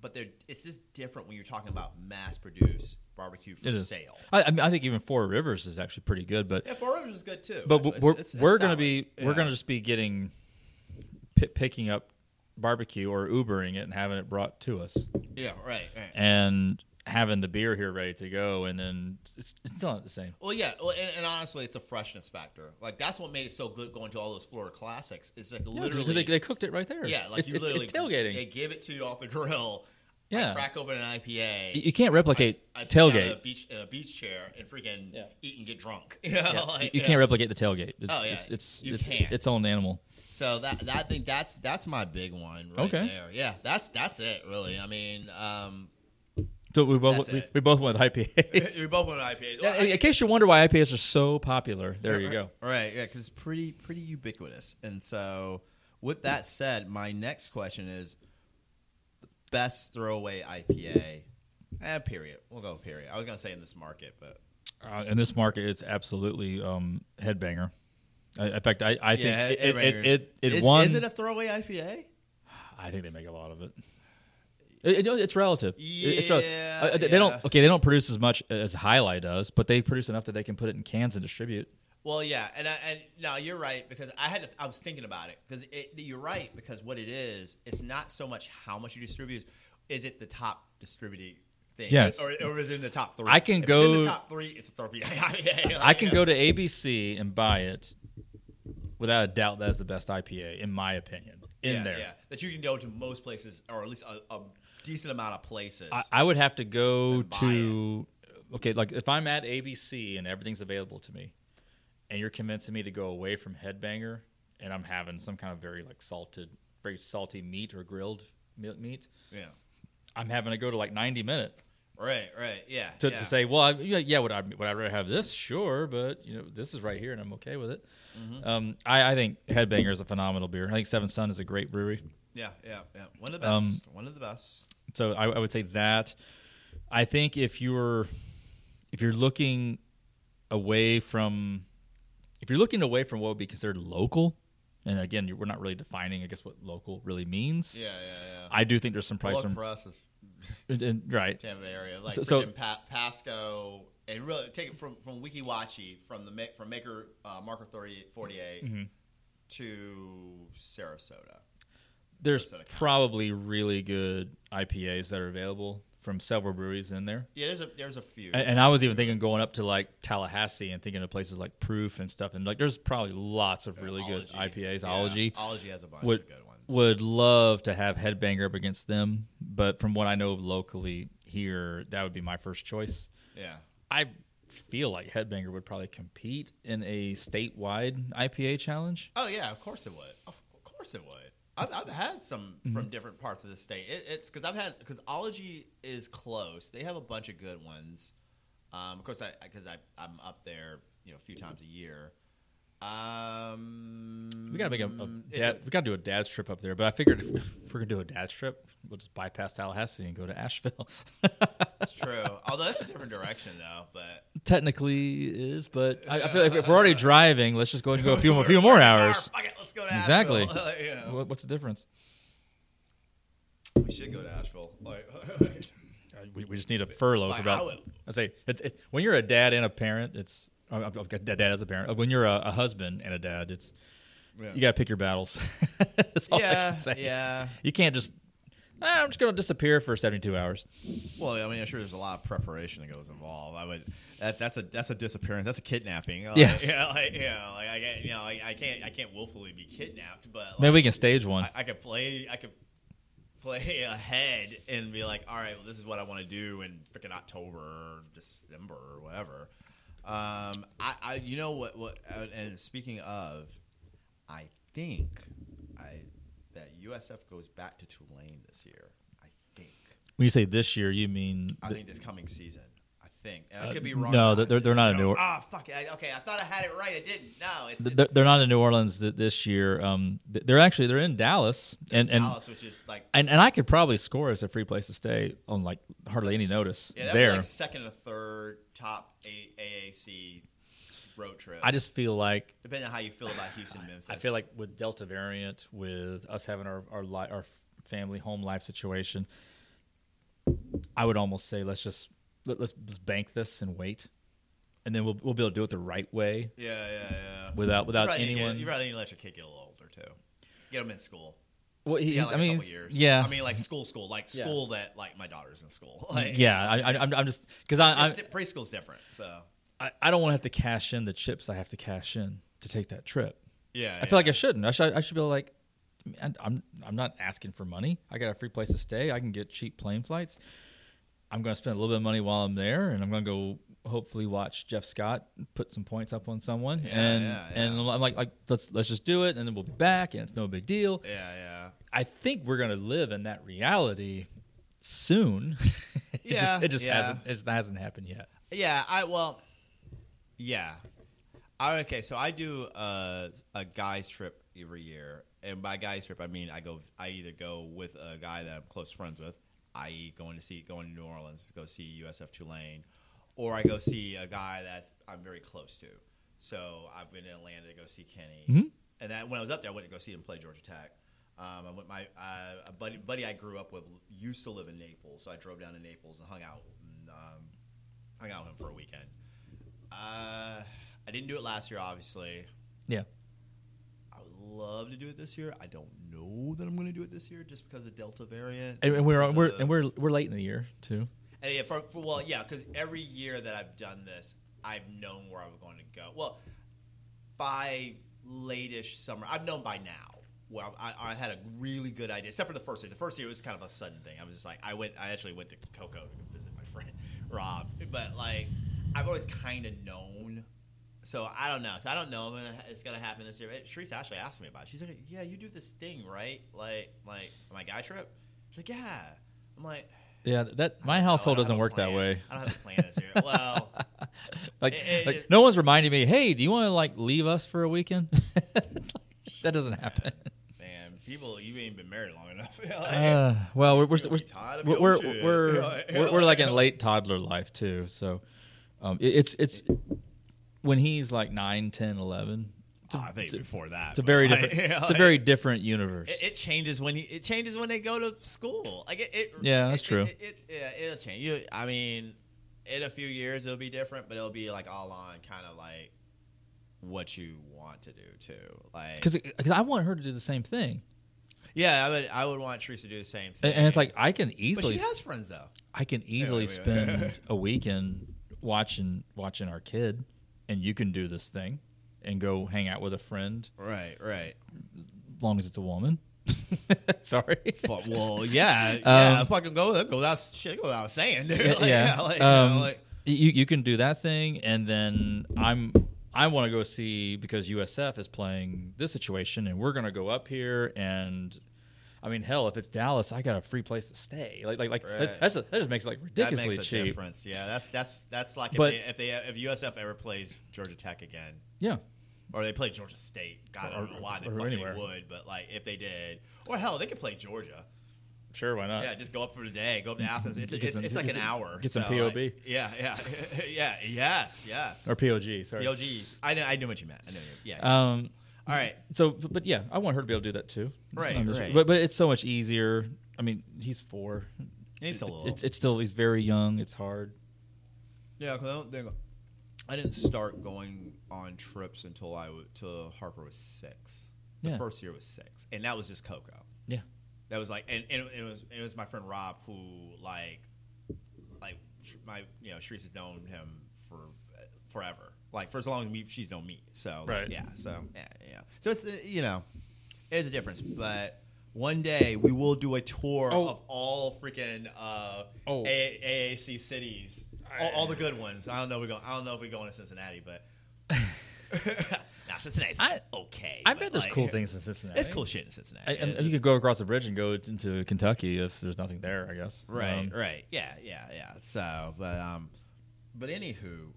S2: But they're it's just different when you're talking about mass produced barbecue for
S3: It is.
S2: sale.
S3: I, I, mean, I think even Four Rivers is actually pretty good, but
S2: Yeah, Four Rivers is good too.
S3: but
S2: actually. It's-
S3: we're
S2: it's- it's
S3: we're gonna
S2: solid.
S3: be we're
S2: Yeah.
S3: gonna just be getting pi picking up barbecue or Ubering it and having it brought to us
S2: yeah right. right.
S3: and having the beer here ready to go, and then it's it's still not the same.
S2: Well, yeah, well, and, and honestly, it's a freshness factor. Like that's what made it so good going to all those Florida classics. It's like
S3: Yeah, 'cause
S2: literally,
S3: they, they cooked it right there.
S2: yeah, like
S3: it's,
S2: you
S3: it's,
S2: literally
S3: it's tailgating.
S2: They give it to you off the grill.
S3: Yeah.
S2: I crack open an IPA.
S3: you can't replicate
S2: I, I sit down
S3: tailgate.
S2: on a beach, in a beach chair and freaking
S3: Yeah.
S2: eat and get drunk. You, know,
S3: Yeah,
S2: like,
S3: you, you
S2: yeah.
S3: can't replicate the tailgate. It's,
S2: Oh, yeah.
S3: it's it's
S2: You
S3: it's,
S2: can't.
S3: its own animal.
S2: So that, that I think that's that's my big one right
S3: Okay.
S2: there. Yeah, that's that's it really. I mean, um,
S3: So we both
S2: That's
S3: we,
S2: it.
S3: we both went with IPAs.
S2: we both went IPAs.
S3: Yeah, in, in case you wonder why IPAs are so popular, there you go.
S2: Right, yeah, because it's pretty pretty ubiquitous. And so, with that said, my next question is the best throwaway IPA. Eh, period. We'll go period. I was gonna say in this market, but
S3: Uh, in this market, it's absolutely um, headbanger. I, in fact, I, I think
S2: yeah,
S3: it,
S2: eh,
S3: it, it, it, it
S2: is,
S3: won.
S2: Is it a throwaway IPA?
S3: I think they make a lot of it. It- it- it's relative. It- it's relative.
S2: Yeah,
S3: Uh, they they
S2: yeah.
S3: don't okay. They don't produce as much as Highlight does, but they produce enough that they can put it in cans and distribute.
S2: Well, yeah, and I, and no, you're right because I had to, I was thinking about it because it, you're right because what it is, it's not so much how much you distribute, is it the top distributed thing?
S3: Yes.
S2: or, or is it in the top three?
S3: I can
S2: If it's in
S3: go-
S2: the top three. It's a throwaway. IPA.
S3: I can
S2: Yeah.
S3: go to ABC and buy it without a doubt. That's the best IPA, in my opinion. In
S2: Yeah,
S3: there,
S2: yeah. That you can go to most places, or at least a, a decent amount of places.
S3: I, I would have to go
S2: buy
S3: to okay, like if I'm at ABC and everything's available to me, and you're convincing me to go away from Headbanger, and I'm having some kind of very like salted, very salty meat or grilled mi- meat,
S2: yeah.
S3: I'm having to go to like 90 minute
S2: Right, right, yeah.
S3: to,
S2: yeah.
S3: to say, well, I, yeah, yeah, would I would I rather have this? Sure, but you know, this is right here, and I'm okay with it.
S2: Mm-hmm.
S3: Um, I, I think Headbanger is a phenomenal beer. I think Seven Sun is a great brewery.
S2: Yeah, yeah, yeah. One of the
S3: Um,
S2: best. one of the best.
S3: So I, I would say that. I think if you're if you're looking away from if you're looking away from what would be considered local, and again, you- we're not really defining, I guess, what local really means.
S2: Yeah, yeah,
S3: I do think there's some
S2: yeah.
S3: price
S2: Look
S3: from
S2: for us is
S3: and- and- right.
S2: Tampa Bay area, like
S3: So- so-
S2: freaking pa- Pasco, and really take it from from Wikiwachi from the ma- from Maker uh, Marker 30, 48
S3: Mm-hmm.
S2: to Sarasota.
S3: There's
S2: Sort of kind.
S3: probably really good IPAs that are available from several breweries in there.
S2: Yeah, there's a there's a few.
S3: And, and I was even thinking going up to like Tallahassee and thinking of places like Proof and stuff. And like, there's probably lots of really good
S2: Ology.
S3: IPAs.
S2: Yeah,
S3: Ology.
S2: Ology has a bunch
S3: would
S2: of good ones.
S3: would love to have Headbanger up against them, but from what I know of locally here, that would be my first choice.
S2: yeah.
S3: I feel like Headbanger would probably compete in a statewide IPA challenge.
S2: Oh yeah, of course it would. Of course it would. I've, I've had some from
S3: Mm-hmm.
S2: different parts of the state. It, it's because I've had because Ology is close. They have a bunch of good ones. Um, of course, I because I I'm up there, you know, a few times a year. Um,
S3: We gotta make a, a
S2: it's
S3: dad, we gotta do a dad's trip up there. But I figured if, if we're gonna do a dad's trip, we'll just bypass Tallahassee and go to Asheville.
S2: It's true. Although that's a different direction though. But
S3: Technically it is, but I, I feel like if we're already driving, let's just go and go a few more, a few more hours.
S2: Ah, fuck it, let's go to
S3: Exactly.
S2: Asheville. Yeah.
S3: What, what's the difference?
S2: We should go to Asheville. Like,
S3: Uh, we, we just need a furlough
S2: Like,
S3: for about.
S2: I
S3: I,
S2: would-
S3: say it's, it, when you're a dad and a parent, it's i have got dad as a parent. uh, When you're a, a husband and a dad, it's
S2: Yeah.
S3: you got to pick your battles. That's all I
S2: yeah,
S3: can say.
S2: yeah.
S3: You can't just. "Ah, I'm just going to disappear for 72 hours.
S2: Well, I mean, I'm sure there's a lot of preparation that goes involved. I would that, that's a that's a disappearance. That's a kidnapping. Like,
S3: Yes.
S2: Yeah. Like, you know, like I can't, you know, like, I can't I can't willfully be kidnapped, but like,
S3: Maybe we can stage one.
S2: I, I could play I could play ahead and be like, all right, well, this is what I want to do in freaking October, or December, or whatever. Um, I, I you uh, know what what and speaking of, I think I that USF goes back to Tulane this year. I think.
S3: When you say this year, you mean
S2: I
S3: the-
S2: think this coming season. I think. And I
S3: Uh,
S2: could be wrong.
S3: no,
S2: about it.
S3: they're- they're not a
S2: You know,
S3: newer-
S2: Ah, fuck it. I- Okay, I thought I had it right. I didn't. No, it's
S3: th- they're they're not in New Orleans th- this year. Um, th- they're actually they're in Dallas, and and
S2: Dallas, which is like
S3: and and I could probably score as a free place to stay on like hardly any notice
S2: yeah, that was
S3: there.
S2: like second or third top a- AAC road trip.
S3: I just feel like
S2: depending on how you feel about Houston, Memphis.
S3: I feel like with Delta variant, with us having our our, li- our family home life situation, I would almost say let's just let, let's just bank this and wait, and then we'll we'll be able to do it the right way
S2: yeah, yeah, yeah.
S3: without without
S2: probably need to get-
S3: anyone.
S2: you probably need to let your kid get a little older too. Get them in school.
S3: Well, he's,
S2: Yeah, like
S3: I mean,
S2: a couple
S3: he's-
S2: years.
S3: yeah,
S2: I mean, like school, school, like
S3: Yeah.
S2: school that like my daughter's in school. Like,
S3: yeah. I, I, I'm I'm just because I,
S2: it's
S3: I
S2: di- preschool's different. So
S3: I, I don't want to have to cash in the chips I have to cash in to take that trip.
S2: yeah,
S3: I feel like I shouldn't. I should I should be like, I- I'm I'm not asking for money. I got a free place to stay. I can get cheap plane flights. I'm going to spend a little bit of money while I'm there, and I'm going to go hopefully watch Jeff Scott put some points up on someone. and
S2: yeah,
S3: and I'm like like let's let's just do it, and then we'll be back, and it's no big deal.
S2: yeah, yeah.
S3: I think we're going to live in that reality soon. it
S2: Yeah,
S3: just, it just
S2: yeah.
S3: hasn't it just hasn't happened yet.
S2: Yeah, I well, yeah. I, okay, so I do a, a guys trip every year, and by guys trip I mean I go. I either go with a guy that I'm close friends with, i.e., going to see going to New Orleans to go see USF Tulane, or I go see a guy that's I'm very close to. So I've been in Atlanta to go see Kenny, and that when I was up there, I went to go see him play Georgia Tech. Um, I went my uh, a buddy buddy I grew up with used to live in Naples, so I drove down to Naples and hung out. And, um, hung out with him for a weekend. Uh, I didn't do it last year, obviously.
S3: Yeah.
S2: I would love to do it this year. I don't know that I'm going to do it this year just because of Delta variant.
S3: And, and we're
S2: because of
S3: we're
S2: the-
S3: and we're we're late in the year too.
S2: and yeah, for, for well, yeah, because every year that I've done this, I've known where I was going to go. Well, by latish summer, I've known by now. Where I, I had a really good idea, except for the first year. The first year was kind of a sudden thing. I was just like, I went, I actually went to Coco to visit my friend Rob, but like, I've always kind of known. So I don't know. So I don't know if it's gonna happen this year. But Sharice actually asked me about it. She's like, "Yeah, you do this thing, right? Like, like my guy trip." She's like, "Yeah." I'm like,
S3: Yeah, that my
S2: I don't know. I
S3: household
S2: don't
S3: doesn't
S2: have a
S3: work that
S2: plan.
S3: way.
S2: I don't have a plan this year. Well,
S3: Like,
S2: It- it-
S3: like
S2: it-
S3: no one's reminding me, "Hey, do you want to like leave us for a weekend?" It's like, that doesn't happen.
S2: man, people, you ain't been married long enough. Like, oh,
S3: Uh, well, we're we're
S2: You'll
S3: we're
S2: be tired of
S3: we're,
S2: your
S3: we're,
S2: shit.
S3: we're,
S2: Yeah,
S3: we're- we're, like in
S2: yeah.
S3: late toddler life too. So, um, it, it's it's when he's like 9, 10, 11,
S2: oh, I think before that,
S3: It's a very different. it's a very different universe.
S2: It, it changes when he, it changes when they go to school. Like it. it
S3: Yeah, that's
S2: it-
S3: true.
S2: It, it- yeah, it'll change. You, I mean, in a few years it'll be different, but it'll be like all on kind of like what you want to do too. Like,
S3: because I want her to do the same thing,
S2: yeah, I would, I would want Teresa to do the same
S3: and,
S2: thing.
S3: and it's like I can
S2: but she
S3: easily
S2: has friends though.
S3: I can easily
S2: wait, wait, wait.
S3: spend a weekend watching watching our kid, and you can do this thing, and go hang out with a friend,
S2: Right, right.
S3: as long as it's a woman. Sorry.
S2: But, well, yeah, yeah.
S3: Um,
S2: fucking go, go without shit. Go without saying, dude. Like,
S3: Yeah, yeah.
S2: like, you know,
S3: Um,
S2: like-
S3: you you can do that thing, and then I'm I want to go see because USF is playing this situation, and we're gonna go up here and. I mean, hell, if it's Dallas, I got a free place to stay. Like, like, like
S2: Right.
S3: that's that just makes it, like
S2: that
S3: ridiculously
S2: makes a
S3: cheap.
S2: difference. Yeah, that's that's that's like if,
S3: But-
S2: they, if they if USF ever plays Georgia Tech again,
S3: Yeah,
S2: or they play Georgia State. God, I
S3: Or-
S2: don't know why they,
S3: or
S2: fucking
S3: anywhere.
S2: would, but like if they did, or hell, they could play Georgia.
S3: sure, why not?
S2: Yeah, just go up for the day, go up to Athens. It's
S3: Uh, Get
S2: it's,
S3: some-
S2: it's like
S3: get
S2: an
S3: some-
S2: hour.
S3: get some
S2: so,
S3: POB.
S2: like, yeah, yeah, yeah. Yes, yes.
S3: Or POG, sorry.
S2: POG. I know, I knew what you meant. I knew. You, yeah.
S3: Um,
S2: All right.
S3: So, but but yeah, I want her to be able to do that too. It's
S2: Right,
S3: not an issue.
S2: right.
S3: But but it's so much easier. I mean, he's four.
S2: He's a
S3: It's-
S2: little.
S3: It's, it's still he's very young. It's hard.
S2: Yeah, because I don't think I didn't start going on trips until I w- till Harper was six. The
S3: Yeah.
S2: first year was six, and that was just Coco.
S3: Yeah.
S2: That was like, and, and it was it was my friend Rob who like, like my you know Sharice has known him for forever, like for as long as me, she's known me. So like,
S3: Right.
S2: yeah, so yeah, yeah. So it's uh, you know, there's a difference, but. One day we will do a tour
S3: Oh.
S2: of all freaking uh,
S3: Oh.
S2: A- AAC cities, all, all the good ones. I don't know. We go. I don't know if we going to Cincinnati, but Now Cincinnati's
S3: I-
S2: okay.
S3: I
S2: but,
S3: bet there's
S2: like,
S3: cool things in Cincinnati.
S2: It's cool shit in Cincinnati.
S3: I, and
S2: It's-
S3: you could go across the bridge and go into Kentucky if there's nothing there. I guess.
S2: Right,
S3: Um,
S2: right. Yeah, yeah, yeah. So, but um but anywho,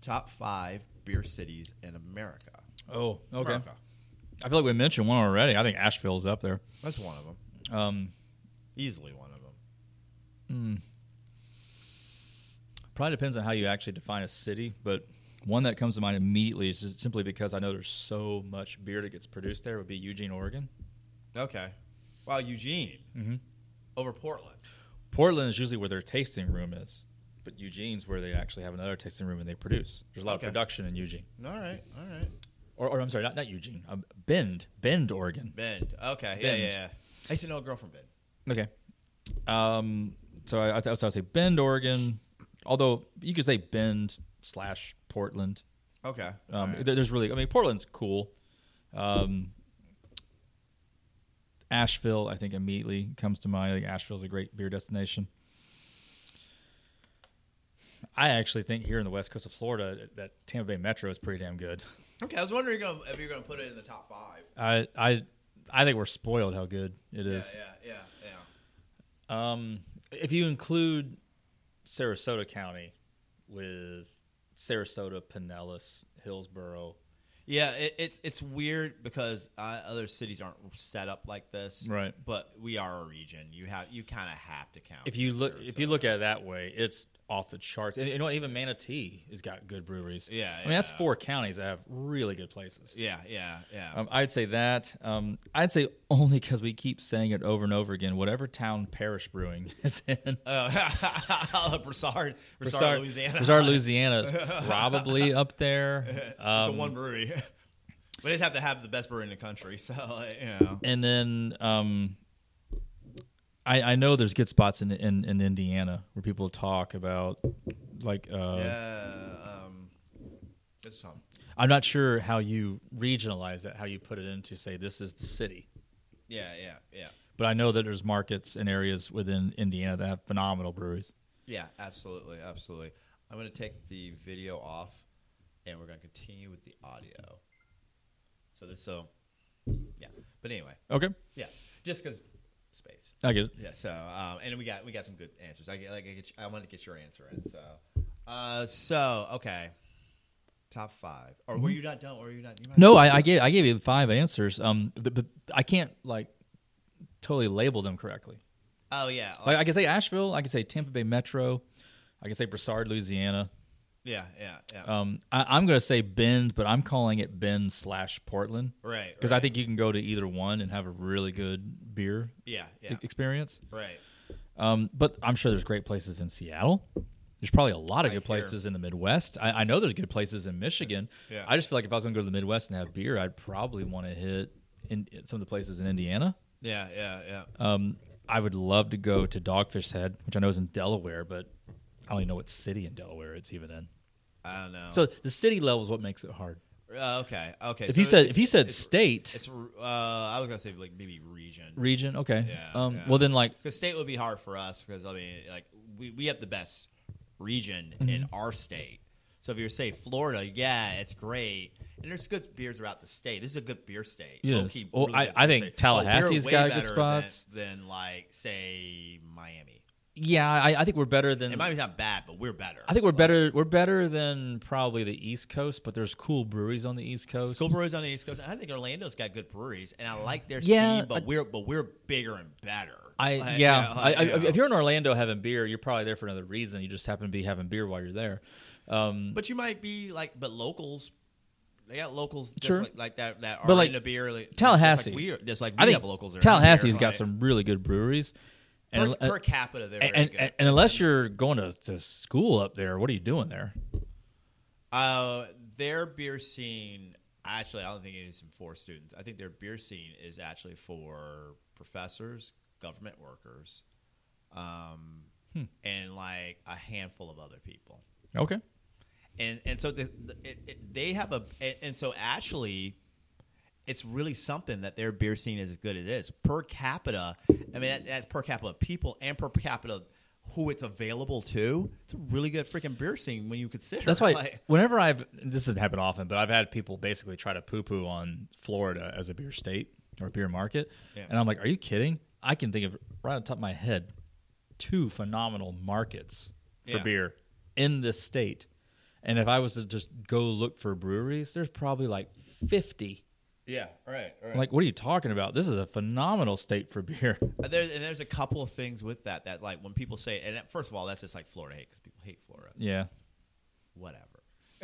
S2: top 5 beer cities in America.
S3: Oh, okay.
S2: America.
S3: I feel like we mentioned one already. I think Asheville's up there.
S2: That's one of them.
S3: Um,
S2: Easily one of them.
S3: Probably depends on how you actually define a city, but one that comes to mind immediately is just simply because I know there's so much beer that gets produced there would be Eugene, Oregon.
S2: Okay. Wow, Eugene.
S3: Mhm.
S2: Over Portland.
S3: Portland is usually where their tasting room is, but Eugene's where they actually have another tasting room and they produce. There's a lot
S2: Okay.
S3: of production in Eugene.
S2: All right. All right.
S3: Or, or I'm sorry, not, not Eugene, um, Bend, Bend, Oregon.
S2: Bend. Okay. Yeah,
S3: Bend.
S2: yeah, yeah. I used to know a girl from Bend.
S3: Okay. Um, so I, I, would- I would say Bend, Oregon, although you could say Bend slash Portland.
S2: Okay. All
S3: Um,
S2: right.
S3: there- There's really, I mean, Portland's cool. Um, Asheville, I think, immediately comes to mind. I think Asheville's a great beer destination. I actually think here in the west coast of Florida, that Tampa Bay Metro is pretty damn good.
S2: Okay, I was wondering um, if you're going to put it in the top 5.
S3: I, I, I think we're spoiled how good it
S2: Yeah,
S3: is.
S2: yeah, yeah, yeah.
S3: Um, if you include Sarasota County with Sarasota, Pinellas, Hillsborough,
S2: Yeah, it, it's it's weird because uh, other cities aren't set up like this,
S3: Right.
S2: But we are a region. You have you kind of have to count.
S3: if you look if you
S2: Sarasota.
S3: look at it that way, it's off the charts. And you know what? Even Manatee has got good breweries.
S2: Yeah,
S3: I mean that's
S2: yeah.
S3: four counties that have really good places.
S2: yeah, yeah, yeah,
S3: Um, I'd say that. Um, I'd say only because we keep saying it over and over again. Whatever town Parish Brewing is in,
S2: uh, Oh, Broussard, Broussard,
S3: Broussard,
S2: Louisiana,
S3: Broussard, Louisiana is probably up there. Um,
S2: the one brewery. we just have to have the best brewery in the country, so like, you know.
S3: and then um, I, I know there's good spots in, in in Indiana where people talk about like uh,
S2: Yeah, um, this is something.
S3: I'm not sure how you regionalize that, how you put it into say this is the city.
S2: Yeah, yeah, yeah,
S3: But I know that there's markets and areas within Indiana that have phenomenal breweries.
S2: yeah. Absolutely, absolutely. I'm going to take the video off, and we're going to continue with the audio. So this, so yeah. But anyway,
S3: Okay,
S2: Yeah, just because space.
S3: I get it.
S2: Yeah. So, um, and we got we got some good answers. I get, like I, get, I want to get your answer in. So, uh, so okay, top five. Or
S3: Mm-hmm.
S2: were you not done? Or were you not? You might-
S3: No, I, I gave I gave you five answers. Um, the, the, I can't like totally label them correctly.
S2: Oh yeah.
S3: Like I can say Asheville, I can say Tampa Bay Metro, I can say Broussard, Louisiana.
S2: yeah. Yeah. Yeah.
S3: Um, I, I'm gonna say Bend, but I'm calling it Bend slash Portland
S2: right.
S3: because I
S2: right.
S3: think you can go to either one and have a really good beer
S2: Yeah. Yeah.
S3: e- experience.
S2: Right.
S3: Um, but I'm sure there's great places in Seattle. There's probably a lot of good
S2: hear.
S3: places in the Midwest. I, I know there's good places in Michigan.
S2: Yeah.
S3: I just feel like if I was going to go to the Midwest and have beer, I'd probably want to hit in, some of the places in Indiana.
S2: Yeah. Yeah. Yeah.
S3: Um, I would love to go to Dogfish Head, which I know is in Delaware, but I don't even know what city in Delaware it's even in.
S2: I don't know.
S3: So the city level is what makes it hard.
S2: uh, okay. Okay.
S3: If
S2: so
S3: you said
S2: it's-
S3: if you said
S2: it's,
S3: state
S2: it's, uh, I was gonna say like maybe region.
S3: region, okay.
S2: Yeah,
S3: um,
S2: yeah.
S3: Well, then like
S2: Because state would be hard for us because I mean, like we, we have the best region
S3: Mm-hmm.
S2: in our state. So if you're say Florida, yeah, it's great, and there's good beers throughout the state. This is a good beer state.
S3: Yes.
S2: Low-key,
S3: Well, I-
S2: good
S3: I
S2: beer
S3: think
S2: state.
S3: Tallahassee's
S2: we're way
S3: got good
S2: better than-
S3: spots.
S2: than, like say Miami.
S3: yeah, I, I think we're better than
S2: And Miami's not bad, but we're better.
S3: Mm. I think we're
S2: Like,
S3: better. We're better than probably the East Coast, but there's cool breweries on the East Coast.
S2: School breweries on the East Coast. and I think Orlando's got good breweries, and I like their
S3: Yeah,
S2: scene, but
S3: I-
S2: we're but we're bigger and better.
S3: I
S2: Like,
S3: yeah.
S2: you know,
S3: I,
S2: like,
S3: I,
S2: you know.
S3: If you're in Orlando having beer, you're probably there for another reason. You just happen to be having beer while you're there. Um,
S2: But you might be like, but locals, they got locals just
S3: Sure.
S2: like, like that that are
S3: But, like,
S2: into beer. Like,
S3: Tallahassee.
S2: just like we, are, just like we
S3: I think
S2: have locals. That are
S3: Tallahassee's
S2: into beer,
S3: got
S2: like,
S3: some really good breweries, and uh,
S2: per, per capita. They're
S3: and,
S2: very
S3: and,
S2: good.
S3: and unless you're going to, to school up there, what are you doing there?
S2: uh, their beer scene. Actually, I don't think it is for students. I think their beer scene is actually for professors, government workers, um,
S3: Hmm.
S2: and like a handful of other people.
S3: Okay,
S2: and and so the, the, it, it, they have a and, and so actually it's really something that their beer scene is as good as it is per capita i mean that, that's per capita people and per capita who it's available to, it's a really good freaking beer scene when you consider.
S3: That's
S2: it.
S3: why
S2: Like,
S3: whenever I've this doesn't happen often, but I've had people basically try to poo poo on Florida as a beer state or beer market,
S2: Yeah.
S3: and I'm like, are you kidding? I can think of right on top of my head two phenomenal markets for
S2: Yeah.
S3: beer in this state, and if I was to just go look for breweries, there's probably like fifty.
S2: yeah, right, right.
S3: I'm like, what are you talking about? This is a phenomenal state for beer.
S2: And there's, and there's a couple of things with that that like when people say, and first of all, that's just like Florida hate because people hate Florida.
S3: Yeah,
S2: Whatever,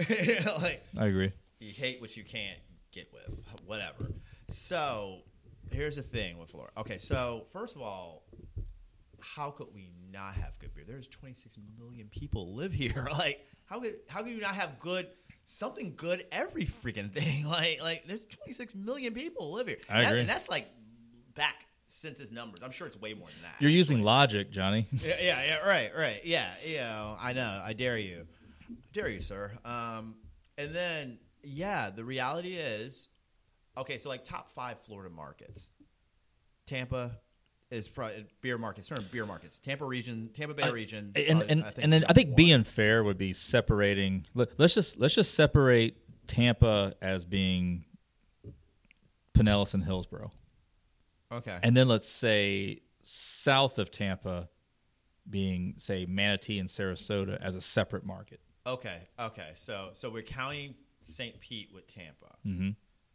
S2: You know, like
S3: I agree.
S2: you hate what you can't get with, whatever. So here's the thing with Florida. Okay, so first of all, how could we not have good beer? There's 26 million people live here. Like how could how could you not have good something good every freaking thing? Like like there's 26 million people live here.
S3: I
S2: That-
S3: agree.
S2: And that's like back census numbers. I'm sure it's way more than that.
S3: You're using logic, Johnny.
S2: Yeah, yeah, yeah, right, right. Yeah, you know, I know. I dare you. I dare you, sir. Um, and then, yeah, the reality is okay, so like top five Florida markets. Tampa is probably beer markets, certain beer markets. Tampa region, Tampa Bay
S3: I-
S2: region.
S3: and
S2: probably,
S3: and,
S2: think,
S3: and then I
S2: number
S3: think
S2: one.
S3: being fair would be separating. let- Let's just let's just separate Tampa as being Pinellas and Hillsborough,
S2: Okay.
S3: and then let's say south of Tampa being say Manatee and Sarasota as a separate market.
S2: Okay. Okay. So so we're counting St. Pete with Tampa.
S3: Mm-hmm.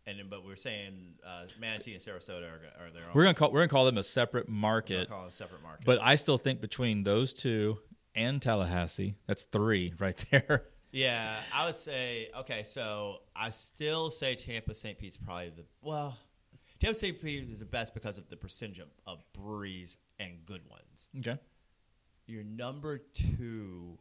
S2: And then, but we're saying uh, Manatee and Sarasota are, are their own.
S3: We're gonna call we're gonna call them a separate
S2: we'll
S3: market,
S2: call it a separate market.
S3: but I still think between those two and Tallahassee, that's three right there.
S2: Yeah, I would say okay. So I still say Tampa St. Pete's probably the well. Tampa St. Pete is the best because of the percentage of, of breweries and good ones.
S3: Okay,
S2: Your number two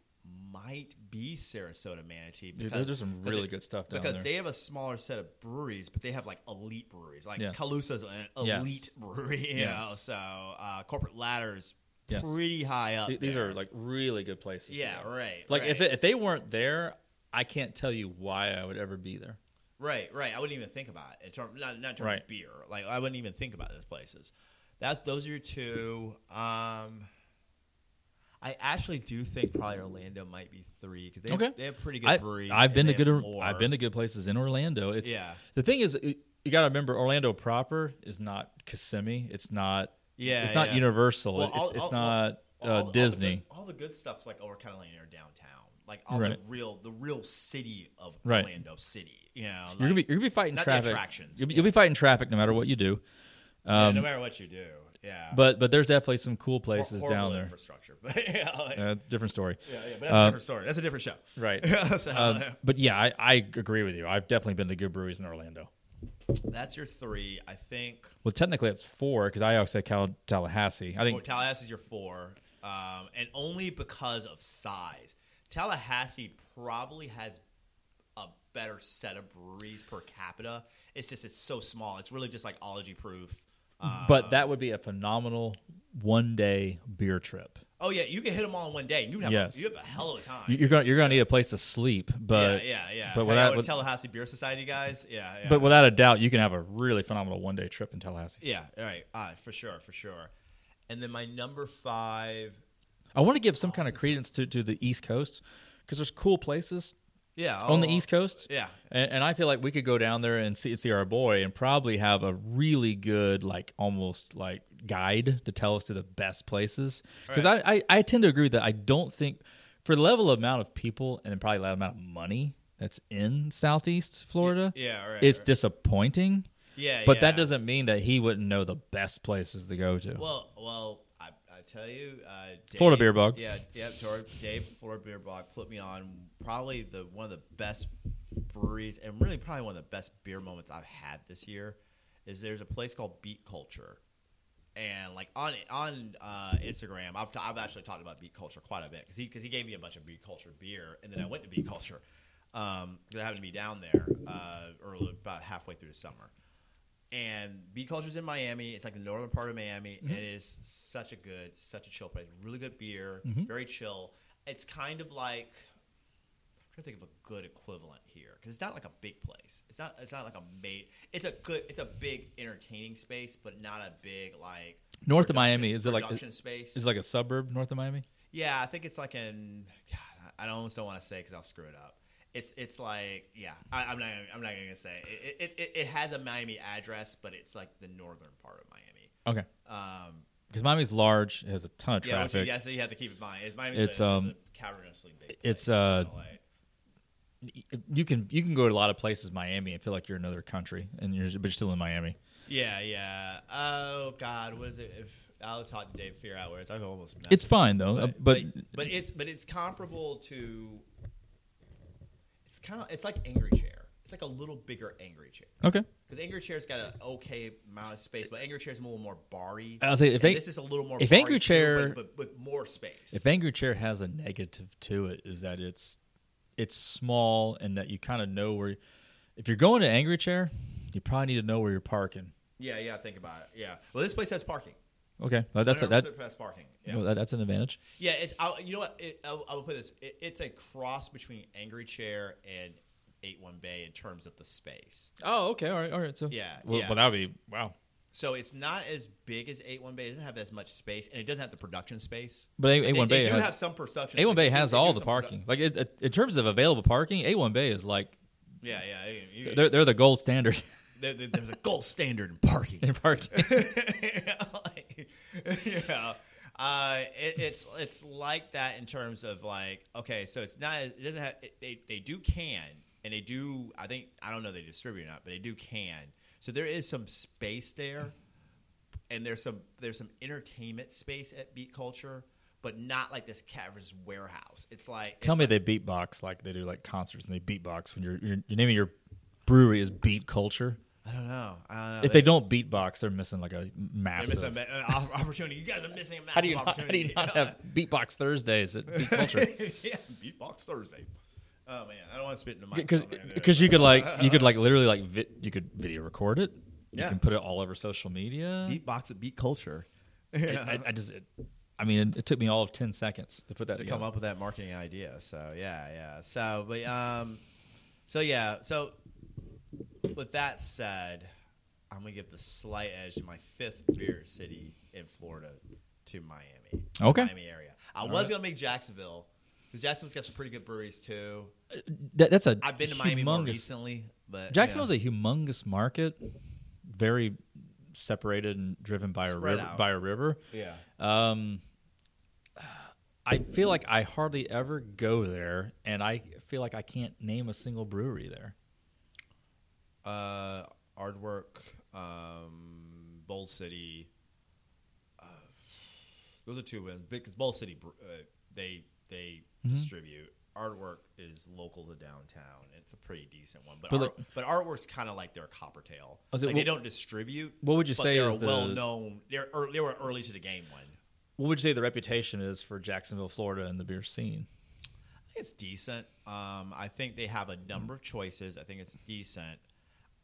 S2: might be Sarasota Manatee
S3: Dude,
S2: because
S3: those are some
S2: because
S3: really
S2: it-
S3: good stuff down
S2: because
S3: there.
S2: they have a smaller set of breweries, but they have like elite breweries. Like
S3: Yes.
S2: Calusa's an
S3: Yes.
S2: elite brewery, you
S3: Yes.
S2: know. So uh, corporate ladders
S3: Yes.
S2: pretty high up.
S3: Th- these
S2: there.
S3: are like really good places. to
S2: yeah,
S3: go.
S2: right.
S3: Like if
S2: right.
S3: it, if they weren't there, I can't tell you why I would ever be there.
S2: Right, right. I wouldn't even think about it. In term, not, not in terms
S3: Right.
S2: of beer. Like I wouldn't even think about those places. That's those are your two. Um, I actually do think probably Orlando might be three because they,
S3: Okay.
S2: they have pretty
S3: I,
S2: good breweries.
S3: I've been
S2: and
S3: to
S2: they have
S3: good
S2: more.
S3: I've been to good places in Orlando. It's
S2: Yeah.
S3: The thing is, it- you got to remember Orlando proper is not Kissimmee. It's not.
S2: Yeah,
S3: It's not
S2: yeah.
S3: Universal.
S2: Well,
S3: it's
S2: all-
S3: it's
S2: all-
S3: not
S2: all- all-
S3: uh,
S2: all the good-
S3: Disney.
S2: All the good stuff's like over kind of like near downtown, like all
S3: Right.
S2: the real the real city of
S3: Right.
S2: Orlando city. You know,
S3: you're gonna be
S2: like,
S3: you're gonna be fighting
S2: not the
S3: traffic.
S2: attractions.
S3: You'll, be, you'll be fighting traffic no matter what you do.
S2: yeah,
S3: um,
S2: no matter what you do. Yeah,
S3: But but there's definitely some cool
S2: Hor-
S3: places
S2: horrible
S3: down there.
S2: Infrastructure, but yeah, like-
S3: Uh, different story.
S2: yeah, yeah, But that's a different story. That's a different show.
S3: Right.
S2: So,
S3: Um, but yeah, I, I agree with you. I've definitely been to good breweries in Orlando.
S2: That's your three. I think
S3: Well, technically it's four because I also said Cal- Tallahassee. I
S2: well,
S3: think
S2: Tallahassee's your four, um, and only because of size. Tallahassee probably has a better set of breweries per capita. It's just it's so small. It's really just like ology proof. Uh,
S3: But that would be a phenomenal one day beer trip.
S2: oh yeah, you can hit them all in one day. and You'd have
S3: Yes.
S2: a, you have a hell of a time.
S3: You- You're gonna you're gonna need a place to sleep, but
S2: yeah, yeah, yeah. Hang
S3: But
S2: out
S3: without
S2: with
S3: with-
S2: Tallahassee Beer Society guys, yeah, yeah.
S3: but without a doubt, you can have a really phenomenal one day trip in Tallahassee.
S2: yeah, all right, all right, for sure, for sure. And then my number five,
S3: I want to give some kind of credence to, to the East Coast because there's cool places
S2: yeah,
S3: on the
S2: I'll-
S3: East Coast.
S2: yeah,
S3: And, and I feel like we could go down there and see see our boy and probably have a really good like almost like guide to tell us to the best places because I, I I tend to agree with that I don't think for the level of amount of people and probably the amount of money that's in Southeast Florida
S2: yeah, right,
S3: it's
S2: right.
S3: disappointing
S2: Yeah,
S3: but
S2: yeah.
S3: that doesn't mean that he wouldn't know the best places to go to
S2: Well, well, I, I tell you, uh, Dave,
S3: Florida Beer Bug.
S2: Yeah, yeah. Tor- Dave Florida Beer Bog put me on probably the one of the best breweries, and really probably one of the best beer moments I've had this year. Is there's a place called Beat Culture, and like on on uh, Instagram, I've, t- I've actually talked about Beat Culture quite a bit because he because he gave me a bunch of Beat Culture beer, and then I went to Beat Culture because I happened to be down there uh, early about halfway through the summer. And Beat Culture's in Miami. It's like the northern part of Miami.
S3: Mm-hmm.
S2: and It is such a good, such a chill place. Really good beer,
S3: Mm-hmm.
S2: very chill. It's kind of like I'm trying to think of a good equivalent here because it's not like a big place. It's not. It's not like a made. It's a good. It's a big entertaining space, but not a big like
S3: north
S2: production-
S3: of Miami is it like
S2: production space?
S3: is it like a suburb north of Miami
S2: Yeah, I think it's like in. God, I I almost don't want to say because I'll screw it up. It's it's like yeah. I, I'm not gonna, I'm not gonna say it it, it. it has a Miami address, but it's like the northern part of Miami.
S3: Okay.
S2: Um,
S3: Because Miami's large, it has a ton of
S2: yeah, which
S3: traffic.
S2: you, yeah, so you have to keep in mind. It's Miami's
S3: It's,
S2: a,
S3: um,
S2: a cavernously big.
S3: it's,
S2: place in
S3: uh,
S2: LA.
S3: You can you can go to a lot of places, in Miami, and feel like you're in another country, and you're but you're still in Miami.
S2: yeah, yeah. Oh God, was it? If I'll talk to Dave, figure out where it's. I almost messed
S3: It's fine though, uh,
S2: but,
S3: but,
S2: but but it's but it's comparable to it's kind of it's like angry chair it's like a little bigger angry chair
S3: okay.
S2: because angry chair's got an okay amount of space but angry chair's a little more barry
S3: I'll say if
S2: And
S3: Ang-
S2: this is a little more
S3: if
S2: barry
S3: Angry
S2: too,
S3: Chair-
S2: but, but with more space
S3: If Angry Chair has a negative to it, is that it's it's small and that you kind of know where. If you're going to Angry Chair, you probably need to know where you're parking.
S2: yeah yeah think about it yeah well this place has parking
S3: Okay, well, that's a, that,
S2: 100% has parking yeah,
S3: no, that that's an advantage.
S2: yeah it's I'll, you know what it, I'll, I'll put this it, it's a cross between angry chair and 8-1 bay in terms of the space
S3: Oh, okay, all right, all right. So
S2: Yeah,
S3: well,
S2: yeah.
S3: well, that would be wow.
S2: So it's not as big as A One Bay. It doesn't have as much space, and it doesn't have the production space.
S3: But A-
S2: They-
S3: A1
S2: they
S3: Bay
S2: do
S3: has-
S2: have some production.
S3: A1
S2: space.
S3: Bay
S2: They do-
S3: has
S2: they
S3: all
S2: do
S3: the
S2: some
S3: parking. Like it, it- in terms of available parking, A1 Bay is like
S2: produ- yeah, yeah. you- you-
S3: they're they're the gold standard
S2: there- there- there's a gold standard in parking.
S3: in parking.
S2: yeah. Uh, it, it's it's like that in terms of like okay, so it's not as- it doesn't have it, they they do can and they do I think I don't know if they distribute or not, but they do can. So there is some space there, and there's some there's some entertainment space at Beat Culture, but not like this cavernous warehouse. It's like
S3: Tell
S2: it's
S3: me
S2: like,
S3: they beatbox like they do like concerts and they beatbox when you're you're, you're naming your brewery is Beat Culture.
S2: I don't know. I don't know.
S3: If they don't beatbox, they're missing like a massive.
S2: Uh, miss an opportunity, you guys are missing a massive
S3: how do you not, how do
S2: opportunity.
S3: you not have beatbox Thursdays at Beat Culture?
S2: yeah, Beatbox Thursday. Oh man, I don't want to spit in the mic.
S3: Because you could like you could like literally like vi- you could video record it.
S2: Yeah.
S3: You can put it all over social media.
S2: Beatbox at Beat Culture.
S3: I, I, I just, it, I mean, it, it took me all of ten seconds to put that
S2: to
S3: together.
S2: come up with that marketing idea. So yeah, yeah. So but um, so yeah. So with that said, I'm gonna give the slight edge to my fifth beer city in Florida to Miami.
S3: Okay.
S2: Miami area. I was gonna make Jacksonville because Jacksonville's got some pretty good breweries too.
S3: That, that's a
S2: I've been to Miami more
S3: humongous-
S2: recently, but
S3: Jacksonville's a humongous market, very separated and driven by a
S2: Spread
S3: river,
S2: out.
S3: by a river.
S2: yeah.
S3: I feel like I hardly ever go there, and I feel like I can't name a single brewery there.
S2: uh, Aardvark, um, Bowl City. Uh, those are two wins because Bowl City br- uh, they they
S3: Mm-hmm.
S2: distribute. Artwork is local to downtown. It's a pretty decent one, but
S3: But
S2: but,
S3: like-
S2: but artwork's kind of like their Coppertail.
S3: Oh, is it-
S2: like
S3: what-
S2: they don't distribute.
S3: what would you
S2: but
S3: say
S2: They're
S3: is
S2: a
S3: the-
S2: well known. They're ear they were early to the game one.
S3: What would you say the reputation is for Jacksonville, Florida, and the beer scene?
S2: I think it's decent. Um, I think they have a number of choices. I think it's decent.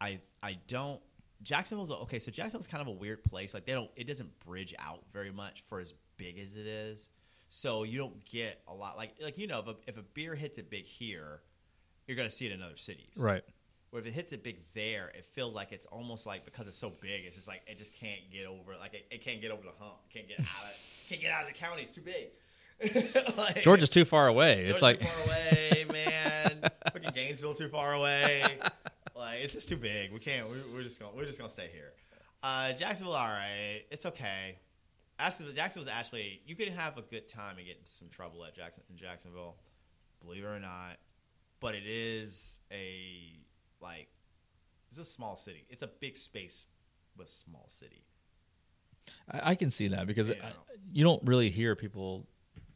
S2: I I don't. Jacksonville's okay. So Jacksonville's kind of a weird place. Like they don't. It doesn't bridge out very much for as big as it is. So you don't get a lot. Like like you know, if a, if a beer hits it big here, you're gonna see it in other cities.
S3: Right.
S2: Where if it hits it big there, it feels like it's almost like because it's so big, it's just like it just can't get over. Like it, it can't get over the hump. Can't get out. Of, can't get out of the county. It's too big. Like-
S3: Georgia's too far away. it's like
S2: Georgia too far away, man. Fucking Gainesville too far away. Like it's just too big. We can't. We, we're just gonna. We're just gonna stay here. Uh, Jacksonville, all right. It's okay. Jacksonville, Jacksonville's actually. You can have a good time and get into some trouble at Jackson in Jacksonville, believe it or not. But it is a like. It's a small city. It's a big space, but small city.
S3: I, I can see that because
S2: Yeah.
S3: I, you don't really hear people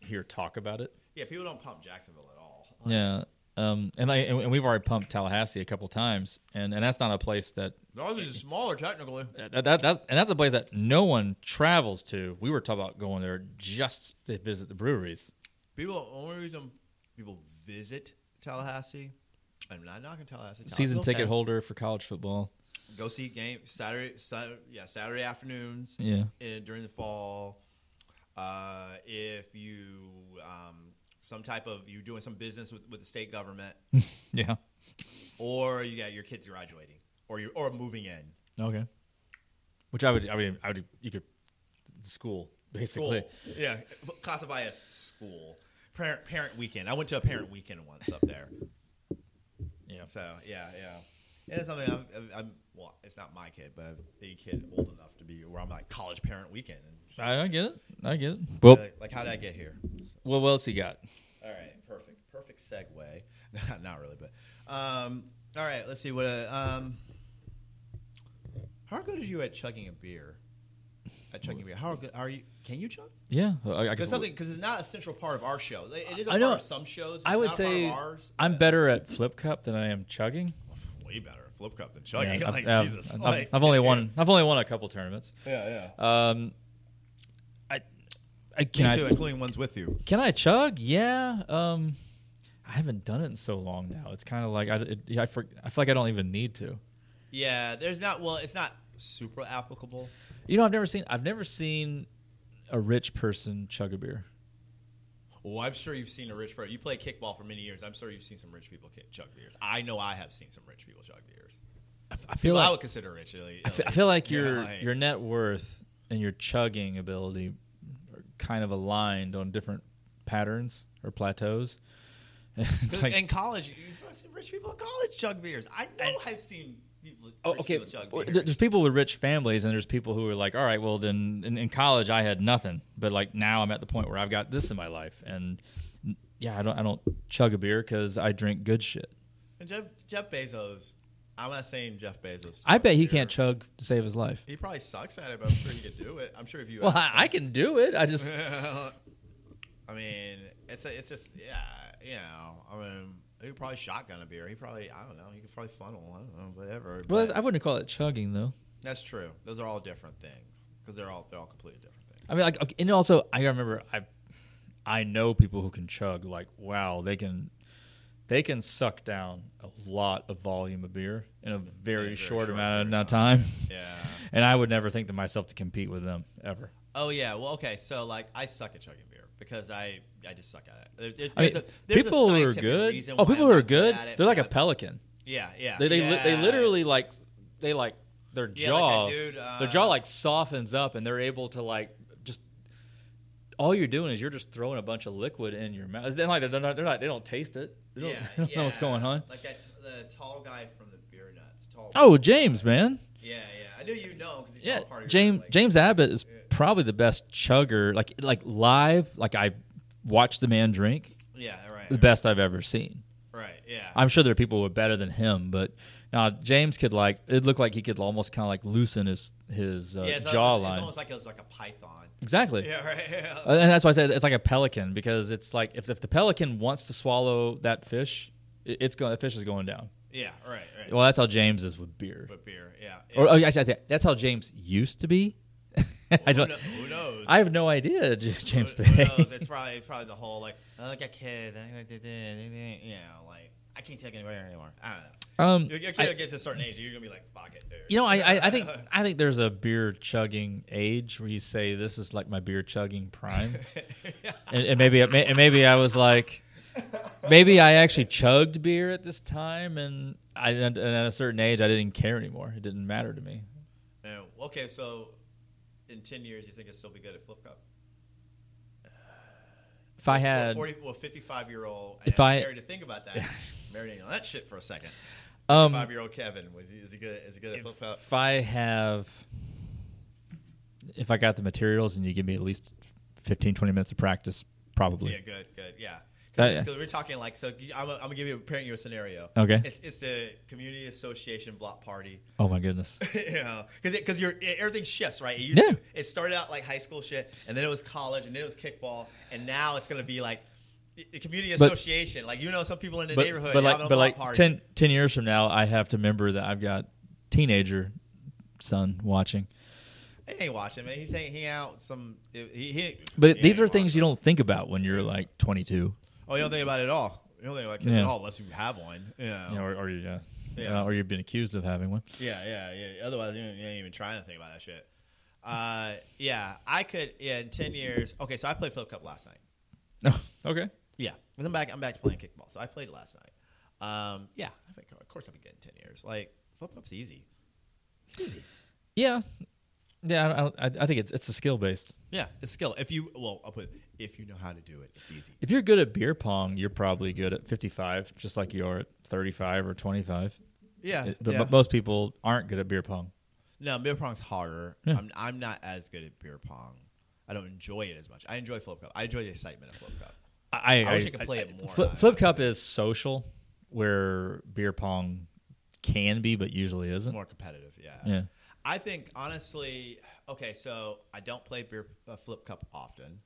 S3: here talk about it.
S2: Yeah, people don't pump Jacksonville at all.
S3: Yeah. Um, and I and we've already pumped Tallahassee a couple times, and, and that's not a place that
S2: Ours is smaller technically.
S3: that, that that's, and that's a place that no one travels to. We were talking about going there just to visit the breweries.
S2: People only reason people visit Tallahassee. I'm not knocking Tallahassee. Tallahassee's
S3: Season
S2: okay.
S3: ticket holder for college football.
S2: Go see game Saturday, Saturday yeah, Saturday afternoons.
S3: Yeah.
S2: in- during the fall. Uh, if you um, some type of you doing some business with, with the state government,
S3: Yeah.
S2: or you got your kids graduating, or you or moving in.
S3: Okay. Which I would I would I would you could the school basically.
S2: School. Yeah, classify as school. Parent, parent weekend. I went to a parent weekend once up there.
S3: Yeah.
S2: So yeah, yeah. And it's something I'm, I'm, I'm well, it's not my kid, but a kid old enough to be where I'm like college parent weekend. And shit.
S3: I, I get it. I get it. Well,
S2: like, like, how did I get here?
S3: well, what else he got?
S2: All right, perfect, perfect segue. Not, not really, but um, all right. Let's see what. Uh, um, how good are you at chugging a beer? At chugging a beer, how good are you? Can you chug?
S3: Yeah, I, I guess
S2: Because something because it's not a central part of our show. It it is a
S3: I
S2: part
S3: know.
S2: of some shows. It's
S3: I would
S2: not a part of
S3: say
S2: ours. uh,
S3: I'm better at flip cup than I am chugging.
S2: way better at flip cup than chugging.
S3: Yeah,
S2: Oh, like
S3: I've-
S2: Jesus,
S3: I've,
S2: like-
S3: I've only won. I've only won a couple tournaments.
S2: Yeah, yeah.
S3: Um, I, I can
S2: Me
S3: I
S2: too, including ones with you.
S3: can I chug? Yeah. Um, I haven't done it in so long now. It's kind of like I it, I, for, I feel like I don't even need to.
S2: Yeah, there's not. Well, it's not super applicable.
S3: You know, I've never seen I've never seen a rich person chug a beer.
S2: Well, Oh, I'm sure you've seen a rich person. You play kickball for many years. I'm sure you've seen some rich people ki- chug beers. I know I have seen some rich people chug beers.
S3: I, f- I feel
S2: People I
S3: like
S2: would consider rich. Really,
S3: I
S2: at
S3: feel, I
S2: least.
S3: feel like
S2: You know,
S3: your
S2: like-
S3: your net worth and your chugging ability are kind of aligned on different patterns or plateaus. It's like-
S2: in college. You've probably seen rich people in college chug beers. I know I, have seen people, rich
S3: Oh, okay.
S2: people chug
S3: Well,
S2: beers.
S3: there- There's people with rich families, and there's people who are like, all right, well, then in, in college I had nothing, but like now I'm at the point where I've got this in my life, and n- yeah, I don't, I don't chug a beer because I drink good shit.
S2: and Jeff, Jeff Bezos. I'm not saying Jeff Bezos.
S3: I
S2: chugged
S3: bet he
S2: beer.
S3: can't chug to save his life.
S2: He probably sucks at it, but I'm sure he could do it. I'm sure if you.
S3: Well, I,
S2: asked
S3: I
S2: him-
S3: can do it. I just
S2: I mean, it's a, it's just yeah, you know. I mean, he could probably shotgun a beer. He probably I don't know. He could probably funnel. I don't know, whatever.
S3: well,
S2: but
S3: I wouldn't call it chugging though.
S2: that's true. Those are all different things because they're all they're all completely different things.
S3: I mean, like, okay, and also I remember I, I know people who can chug. Like, wow, they can, they can suck down a lot of volume of beer in a very,
S2: very
S3: short,
S2: short
S3: amount
S2: period
S3: of
S2: of
S3: time.
S2: Yeah.
S3: And I would never think to myself to compete with them ever.
S2: Oh yeah. Well, okay. So like, I suck at chugging beer because I I just suck at it. There- there-
S3: I mean,
S2: there's a, there's
S3: people
S2: a
S3: who are
S2: scientific
S3: good.
S2: reason
S3: Oh,
S2: why
S3: people
S2: I'm
S3: who are
S2: not
S3: good.
S2: at it,
S3: they're like a
S2: but-
S3: pelican.
S2: Yeah, yeah.
S3: They they, li- they
S2: yeah.
S3: literally like they like their
S2: Yeah, like that
S3: jaw.
S2: dude, uh,
S3: their jaw like softens up, and they're able to like just. All you're doing is you're just throwing a bunch of liquid in your mouth. Then like they're not, they're not they don't taste it. They don't,
S2: Yeah,
S3: they don't know what's
S2: yeah.
S3: going on.
S2: Like that the tall guy from the beer nuts. Tall.
S3: Oh, James, man.
S2: Yeah, yeah. I knew you know because he's
S3: Yeah,
S2: all part of your,
S3: James
S2: like-
S3: James Abbott is probably the best chugger. Like like live, like I watched the man drink,
S2: Yeah, right.
S3: the best I've ever seen.
S2: Right. Yeah.
S3: I'm sure there are people who are better than him, but now James could like it looked like he could almost kind of like loosen his his uh,
S2: yeah, it's Almost,
S3: jawline.
S2: it's almost like it was like a python.
S3: exactly.
S2: Yeah. Right. Yeah.
S3: Uh, And that's why I said it's like a pelican because it's like if, if the pelican wants to swallow that fish, it, it's going. That fish is going down.
S2: yeah right. Right.
S3: Well, that's how James is with beer.
S2: But beer. Yeah.
S3: Or oh, actually, I say that's how James used to be. I
S2: who,
S3: don't.
S2: kno- who knows?
S3: I have no idea, J-
S2: who,
S3: James.
S2: who
S3: Today.
S2: knows? It's probably it's probably the whole like I like a kid. I like to do- You know, like I can't take anybody anymore. I don't know.
S3: Um,
S2: Your, your kid
S3: I-
S2: gets to a certain age, you're gonna be like, fuck it, dude.
S3: You know, I, I, I think I think there's a beer chugging age where you say this is like my beer chugging prime, and, and maybe it may- and maybe I was like, maybe I actually chugged beer at this time, and I didn't- and at a certain age I didn't care anymore. It didn't matter to me.
S2: No. Okay, so in ten years, you think you'll still be good at flip cup?
S3: If I
S2: Well,
S3: had,
S2: forty, well, fifty-five year old. Uh,
S3: If
S2: If
S3: I-
S2: I to think about that, marinating on that shit for a second.
S3: um,
S2: Five year old Kevin was he, is he good? Is he good at flip cup?
S3: if I have, if I got the materials and you give me at least 15, 20 minutes of practice, probably.
S2: Yeah, good, good, Uh, yeah.
S3: That-
S2: Because we're talking like so. you- I'm, I'm gonna give you parent you a scenario.
S3: Okay.
S2: It's, it's the community association block party.
S3: Oh my goodness.
S2: you know, because because you're it, everything shifts, right? It,
S3: Yeah.
S2: It started out like high school shit, and then it was college, and then it was kickball, and now it's gonna be like the- the community
S3: But-
S2: association. Like you know, some people in the
S3: but,
S2: neighborhood
S3: but
S2: having
S3: like,
S2: a
S3: but
S2: block
S3: like
S2: party.
S3: 10, 10 years from now, I have to remember that I've got teenager son watching.
S2: He ain't watching, man. He's hanging out. with Some he, he,
S3: But these are things you don't think about when you're like 22,
S2: Oh, you don't think about it at all. You don't think about kids
S3: Yeah.
S2: at all unless you have one. Yeah.
S3: you know, or, or you, uh,
S2: Yeah.
S3: uh, or you've been accused of having one.
S2: Yeah, yeah, yeah. Otherwise, you ain't, you ain't even trying to think about that shit. Uh, yeah, I could. Yeah, in ten years. Okay, so I played flip cup last night.
S3: okay.
S2: Yeah, 'cause I'm back. I'm back to playing kickball. So I played it last night. Um, yeah, I think, of course I'll be good in ten years. Like flip cup's easy. It's easy.
S3: Yeah. Yeah, I, don't, I, I think it's it's a skill based.
S2: Yeah, it's skill. If you well, I'll put if you know how to do it, it's easy.
S3: If you're good at beer pong, you're probably good at 55, just like you are at 35 or 25.
S2: Yeah,
S3: It- but
S2: Uh, yeah.
S3: but most people aren't good at beer pong.
S2: No, beer pong's harder.
S3: Yeah.
S2: I'm I'm not as good at beer pong. I don't enjoy it as much. I enjoy flip cup. I enjoy the excitement of flip cup.
S3: I,
S2: I wish I could play it more.
S3: Flip, flip cup is social, where beer pong can be, but usually isn't.
S2: More competitive, yeah.
S3: Yeah.
S2: I think honestly, okay, so I don't play beer uh, flip cup often.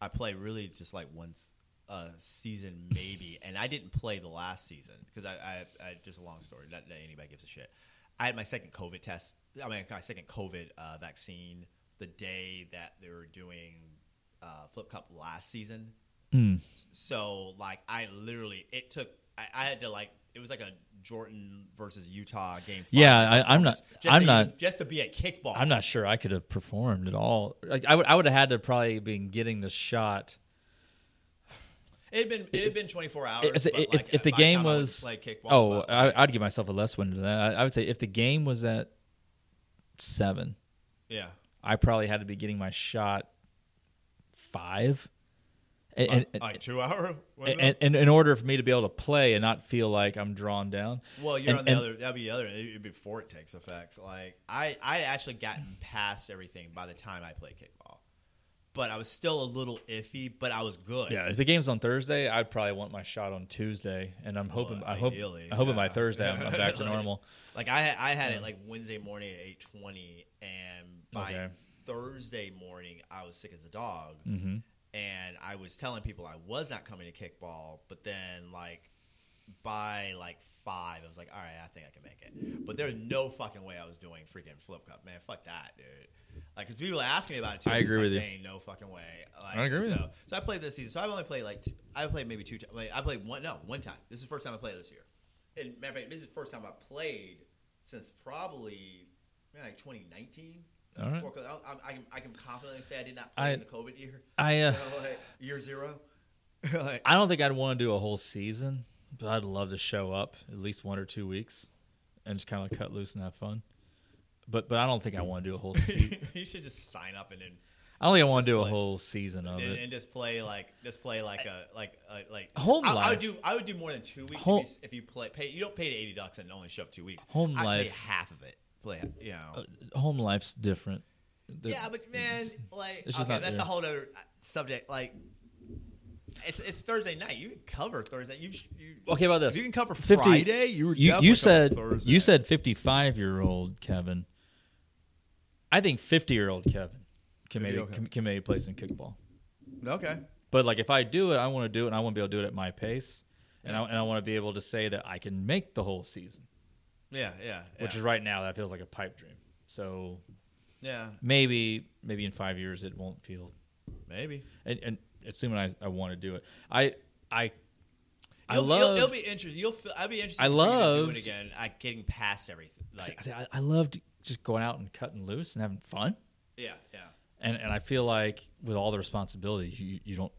S2: I play really just like once a season maybe, and I didn't play the last season because I, I, I just a long story. Not that anybody gives a shit. I had my second COVID test. I mean, my second COVID uh, vaccine the day that they were doing uh, flip cup last season. So like I literally it took I, I had to like it was like a Jordan versus Utah game. five
S3: Yeah, I- I'm not-
S2: performance Just
S3: I'm
S2: to
S3: not-
S2: even- just to be at kickball.
S3: I'm not sure I could have performed at all. Like I would, I would have had to probably been getting the shot.
S2: It had been it had been 24 hours.
S3: If,
S2: but,
S3: if-
S2: like,
S3: if the
S2: by
S3: game
S2: time I would
S3: was,
S2: play kickball,
S3: oh,
S2: but,
S3: I, I'd give myself a less win than that. I, I would say if the game was at seven,
S2: yeah,
S3: I probably had to be getting my shot five. And, and, and,
S2: like two hour.
S3: and, and in order for me to be able to play and not feel like I'm drawn down.
S2: well, you're
S3: and-
S2: on the
S3: and-
S2: other. That'd be the other. It'd be before it takes effects. Like I, I actually gotten past everything by the time I played kickball, but I was still a little iffy. But I was good.
S3: Yeah, if the game's on Thursday, I'd probably want my shot on Tuesday, and I'm hoping. I hope.
S2: ideally,
S3: I hope by
S2: yeah.
S3: Thursday I'm, I'm back to
S2: Like-
S3: normal.
S2: Like I, had- I had it like Wednesday morning at eight twenty, and by
S3: Okay.
S2: Thursday morning I was sick as a dog,
S3: hmm
S2: and I was telling people I was not coming to kickball. But then like by like five, I was like, all right, I think I can make it. But there's no fucking way I was doing freaking flip cup, man. Fuck that, dude. Like, cause people ask me about it too.
S3: I
S2: I'm just
S3: agree
S2: like,
S3: with you.
S2: "Man, no fucking way. Like,
S3: I agree with
S2: so,
S3: you.
S2: So I played this season. So I've only played like t- I played maybe two. times. Like, I played one. No, one time. This is the first time I played this year. And matter of fact, this is the first time I played since probably man, like 2019. Since
S3: All right.
S2: before COVID. I, I, I, can, I can confidently say I did not play
S3: I-
S2: in the COVID year.
S3: I uh,
S2: So, like, year zero. Like,
S3: I don't think I'd want to do a whole season, but I'd love to show up at least one or two weeks and just kind of cut loose and have fun. But but I don't think I want to do a whole season.
S2: you should just sign up and then
S3: I don't think I want to do a
S2: play.
S3: whole season of
S2: and,
S3: it.
S2: and just play like just play like a like a, like
S3: Home
S2: I, I
S3: life.
S2: would do I would do more than two weeks
S3: Home-
S2: if, you, if you play pay you don't pay the eighty bucks and only show up two weeks.
S3: Home
S2: I play
S3: life.
S2: half of it. Play you know.
S3: Home life's different. The-
S2: yeah, but man, like
S3: it's
S2: okay,
S3: just not-
S2: that's
S3: yeah.
S2: a whole other uh, subject. Like it's it's Thursday night. You can cover Thursday. You, sh- you
S3: okay, about this.
S2: If you can cover
S3: 50
S2: Friday. You were
S3: you,
S2: definitely
S3: you
S2: cover
S3: said
S2: Thursday.
S3: you said 55 year old Kevin. I think 50 year old Kevin can maybe
S2: 50-year-old Kevin.
S3: can maybe play some kickball.
S2: okay.
S3: But like if I do it, I want to do it, and I want to be able to do it at my pace, and I, and I want to be able to say that I can make the whole season,
S2: Yeah, yeah,
S3: which
S2: yeah.
S3: is right now that feels like a pipe dream. So
S2: yeah,
S3: maybe maybe in five years it won't feel.
S2: maybe.
S3: And, and assuming I, I want to do it, I I I
S2: You'll-
S3: love.
S2: You'll, it'll be interesting. You'll feel. I'd be interested.
S3: I
S2: for you to do
S3: loved-
S2: it again. Like getting past everything. Like
S3: I, I loved just going out and cutting loose and having fun.
S2: yeah, yeah,
S3: And and I feel like with all the responsibility, you, you don't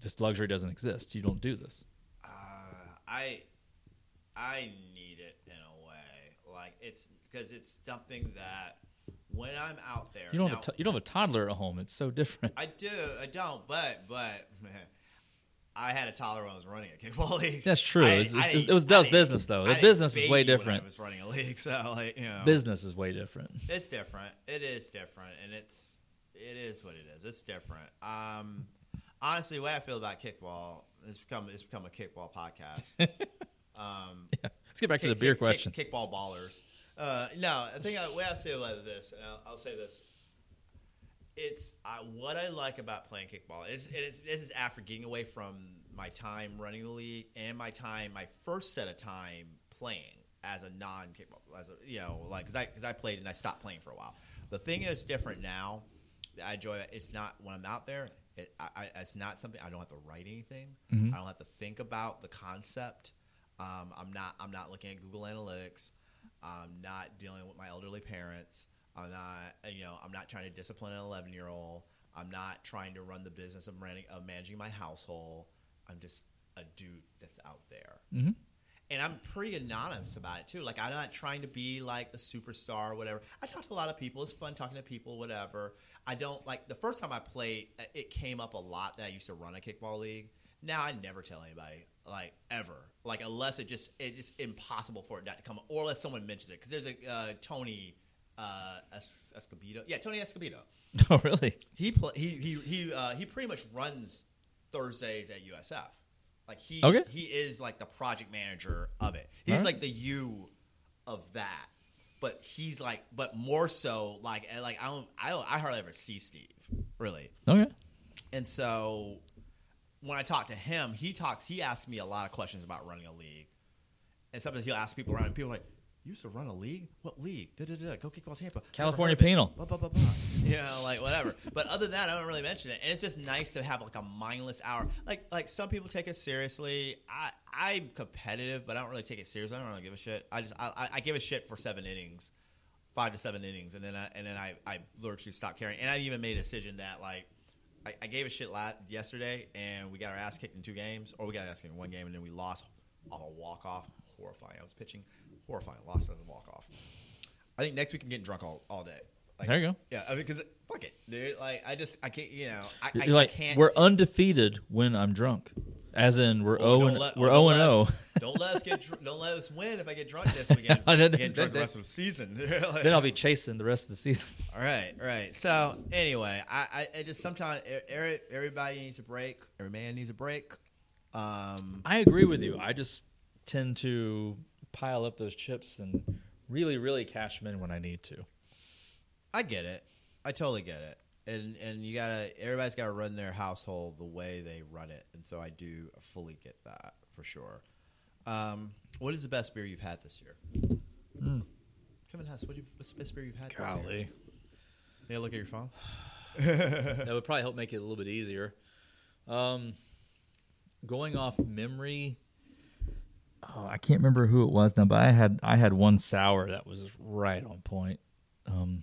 S3: this luxury doesn't exist. You don't do this.
S2: uh, I I need it in a way. Like it's because it's something that when I'm out there,
S3: You don't
S2: now,
S3: have a t- you don't have a toddler at home. It's so different.
S2: I do. I don't. But but I had a toddler when I was running a kickball league.
S3: That's true.
S2: I-
S3: It's-
S2: I
S3: it's-
S2: didn't-
S3: it was-
S2: I
S3: that was
S2: didn't-
S3: business, though. The
S2: I didn't
S3: business is way
S2: baby when
S3: different.
S2: I was running a league, so like you know,
S3: Business is way different.
S2: It's different. It is different, and it's it is what it is. It's different. Um, honestly, the way I feel about kickball, it's become it's become a kickball podcast. um,
S3: Let's get back to the
S2: kick-
S3: beer
S2: kick-
S3: question.
S2: Kick, kickball ballers. Uh, no, I think I, we have to say about this, and I'll, I'll say this. It's I, what I like about playing kickball is and it's, this is after getting away from my time running the league and my time, my first set of time playing as a non kickball, as a, you know, like because I because I played and I stopped playing for a while. The thing that's different now, that I enjoy. It's not when I'm out there. It, I, I, it's not something I don't have to write anything. I don't have to think about the concept. Um, I'm not. I'm not looking at Google Analytics. I'm not dealing with my elderly parents. I'm not. You know. I'm not trying to discipline an 11 year old. I'm not trying to run the business of, running, of managing my household. I'm just a dude that's out there. And I'm pretty anonymous about it too. Like I'm not trying to be like a superstar or whatever. I talk to a lot of people. It's fun talking to people, whatever. I don't like the first time I played. uh, It came up a lot that I used to run a kickball league. Now I never tell anybody like ever. Like unless it just it's impossible for it not to come, up, or unless someone mentions it. Because there's a uh, Tony uh, Es- Escobedo. Yeah, Tony Escobedo.
S3: Oh, really?
S2: He pla he he he uh, he pretty much runs Thursdays at USF. Like he
S3: Okay.
S2: he is like the project manager of it. He's
S3: Alright.
S2: like the you of that. But he's like but more so like and, like I don't I don't, I hardly ever see Steve really.
S3: Okay.
S2: And so when I talk to him, he talks he asks me a lot of questions about running a league. And sometimes he'll ask people around and people are like you used to run a league? What league? Da, da, da, go kickball Tampa. Never
S3: California
S2: heard of it."
S3: Penal.
S2: blah blah blah blah. You know, like whatever. but other than that, I don't really mention it. And it's just nice to have like a mindless hour. Like like some people take it seriously. I I'm competitive, but I don't really take it seriously. I don't really give a shit. I just I, I, I give a shit for seven innings, five to seven innings, and then I and then I I literally stop caring. And I even made a decision that like. I, I gave a shit la- yesterday, and we got our ass kicked in two games, or we got our ass kicked in one game, and then we lost off a walk off. Horrifying. I was pitching, horrifying. Lost on a walk off. I think next week I'm getting drunk all, all day. Like,
S3: There you go.
S2: Yeah, I mean, because fuck it, dude. Like, I just, I can't, you know, I,
S3: You're
S2: I,
S3: like
S2: can't.
S3: we're undefeated when I'm drunk, as in we're
S2: Oh,
S3: zero
S2: don't
S3: and
S2: let-
S3: we're
S2: oh,
S3: zero and
S2: don't
S3: zero.
S2: let us- Don't let us get, dr- don't let us win if I get drunk this weekend.
S3: Then-
S2: get
S3: then-
S2: drunk the rest of the season. Like-
S3: Then I'll be chasing the rest of the season.
S2: all right, all right. So anyway, I, I, I just sometimes e- every- everybody needs a break. Every man needs a break. Um,
S3: I agree with you. I just tend to pile up those chips and really, really cash them in when I need to.
S2: I get it. I totally get it. And and you gotta everybody's gotta run their household the way they run it. And so I do fully get that for sure. Um, what is the best beer you've had this year?
S3: Hmm.
S2: Kevin Hess, what do you, what's the best beer you've had this year? May I look at your phone?
S3: that would probably help make it a little bit easier. Um, going off memory, oh, I can't remember who it was now, but I had I had one sour that was right on point. Um,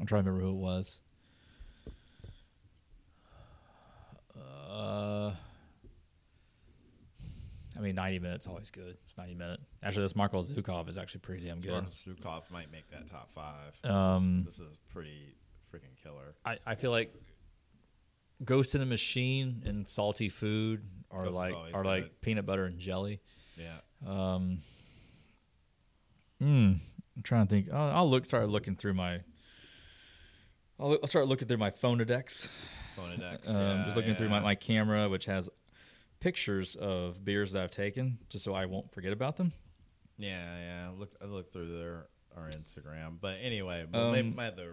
S3: I'm trying to remember who it was. Uh, I mean, 90 minutes always good. It's 90 minute. Actually, this Marco Zukov is actually pretty damn good.
S2: Marcus Zukov might make that top five.
S3: Um,
S2: this, is, this is pretty freaking killer.
S3: I, I feel like Ghost in a Machine and salty food are
S2: Ghost is
S3: like
S2: always
S3: are like
S2: good.
S3: peanut butter and jelly.
S2: Yeah.
S3: Um, mm, I'm trying to think. I'll, I'll look. Start looking through my. I'll, look- I'll start looking through my Phonodex.
S2: Phonodex.
S3: Um,
S2: yeah,
S3: just looking through
S2: yeah.
S3: my, my camera, which has pictures of beers that I've taken, just so I won't forget about them.
S2: Yeah, yeah. Look, I looked through their our Instagram, but anyway, we may,
S3: Um,
S2: might have to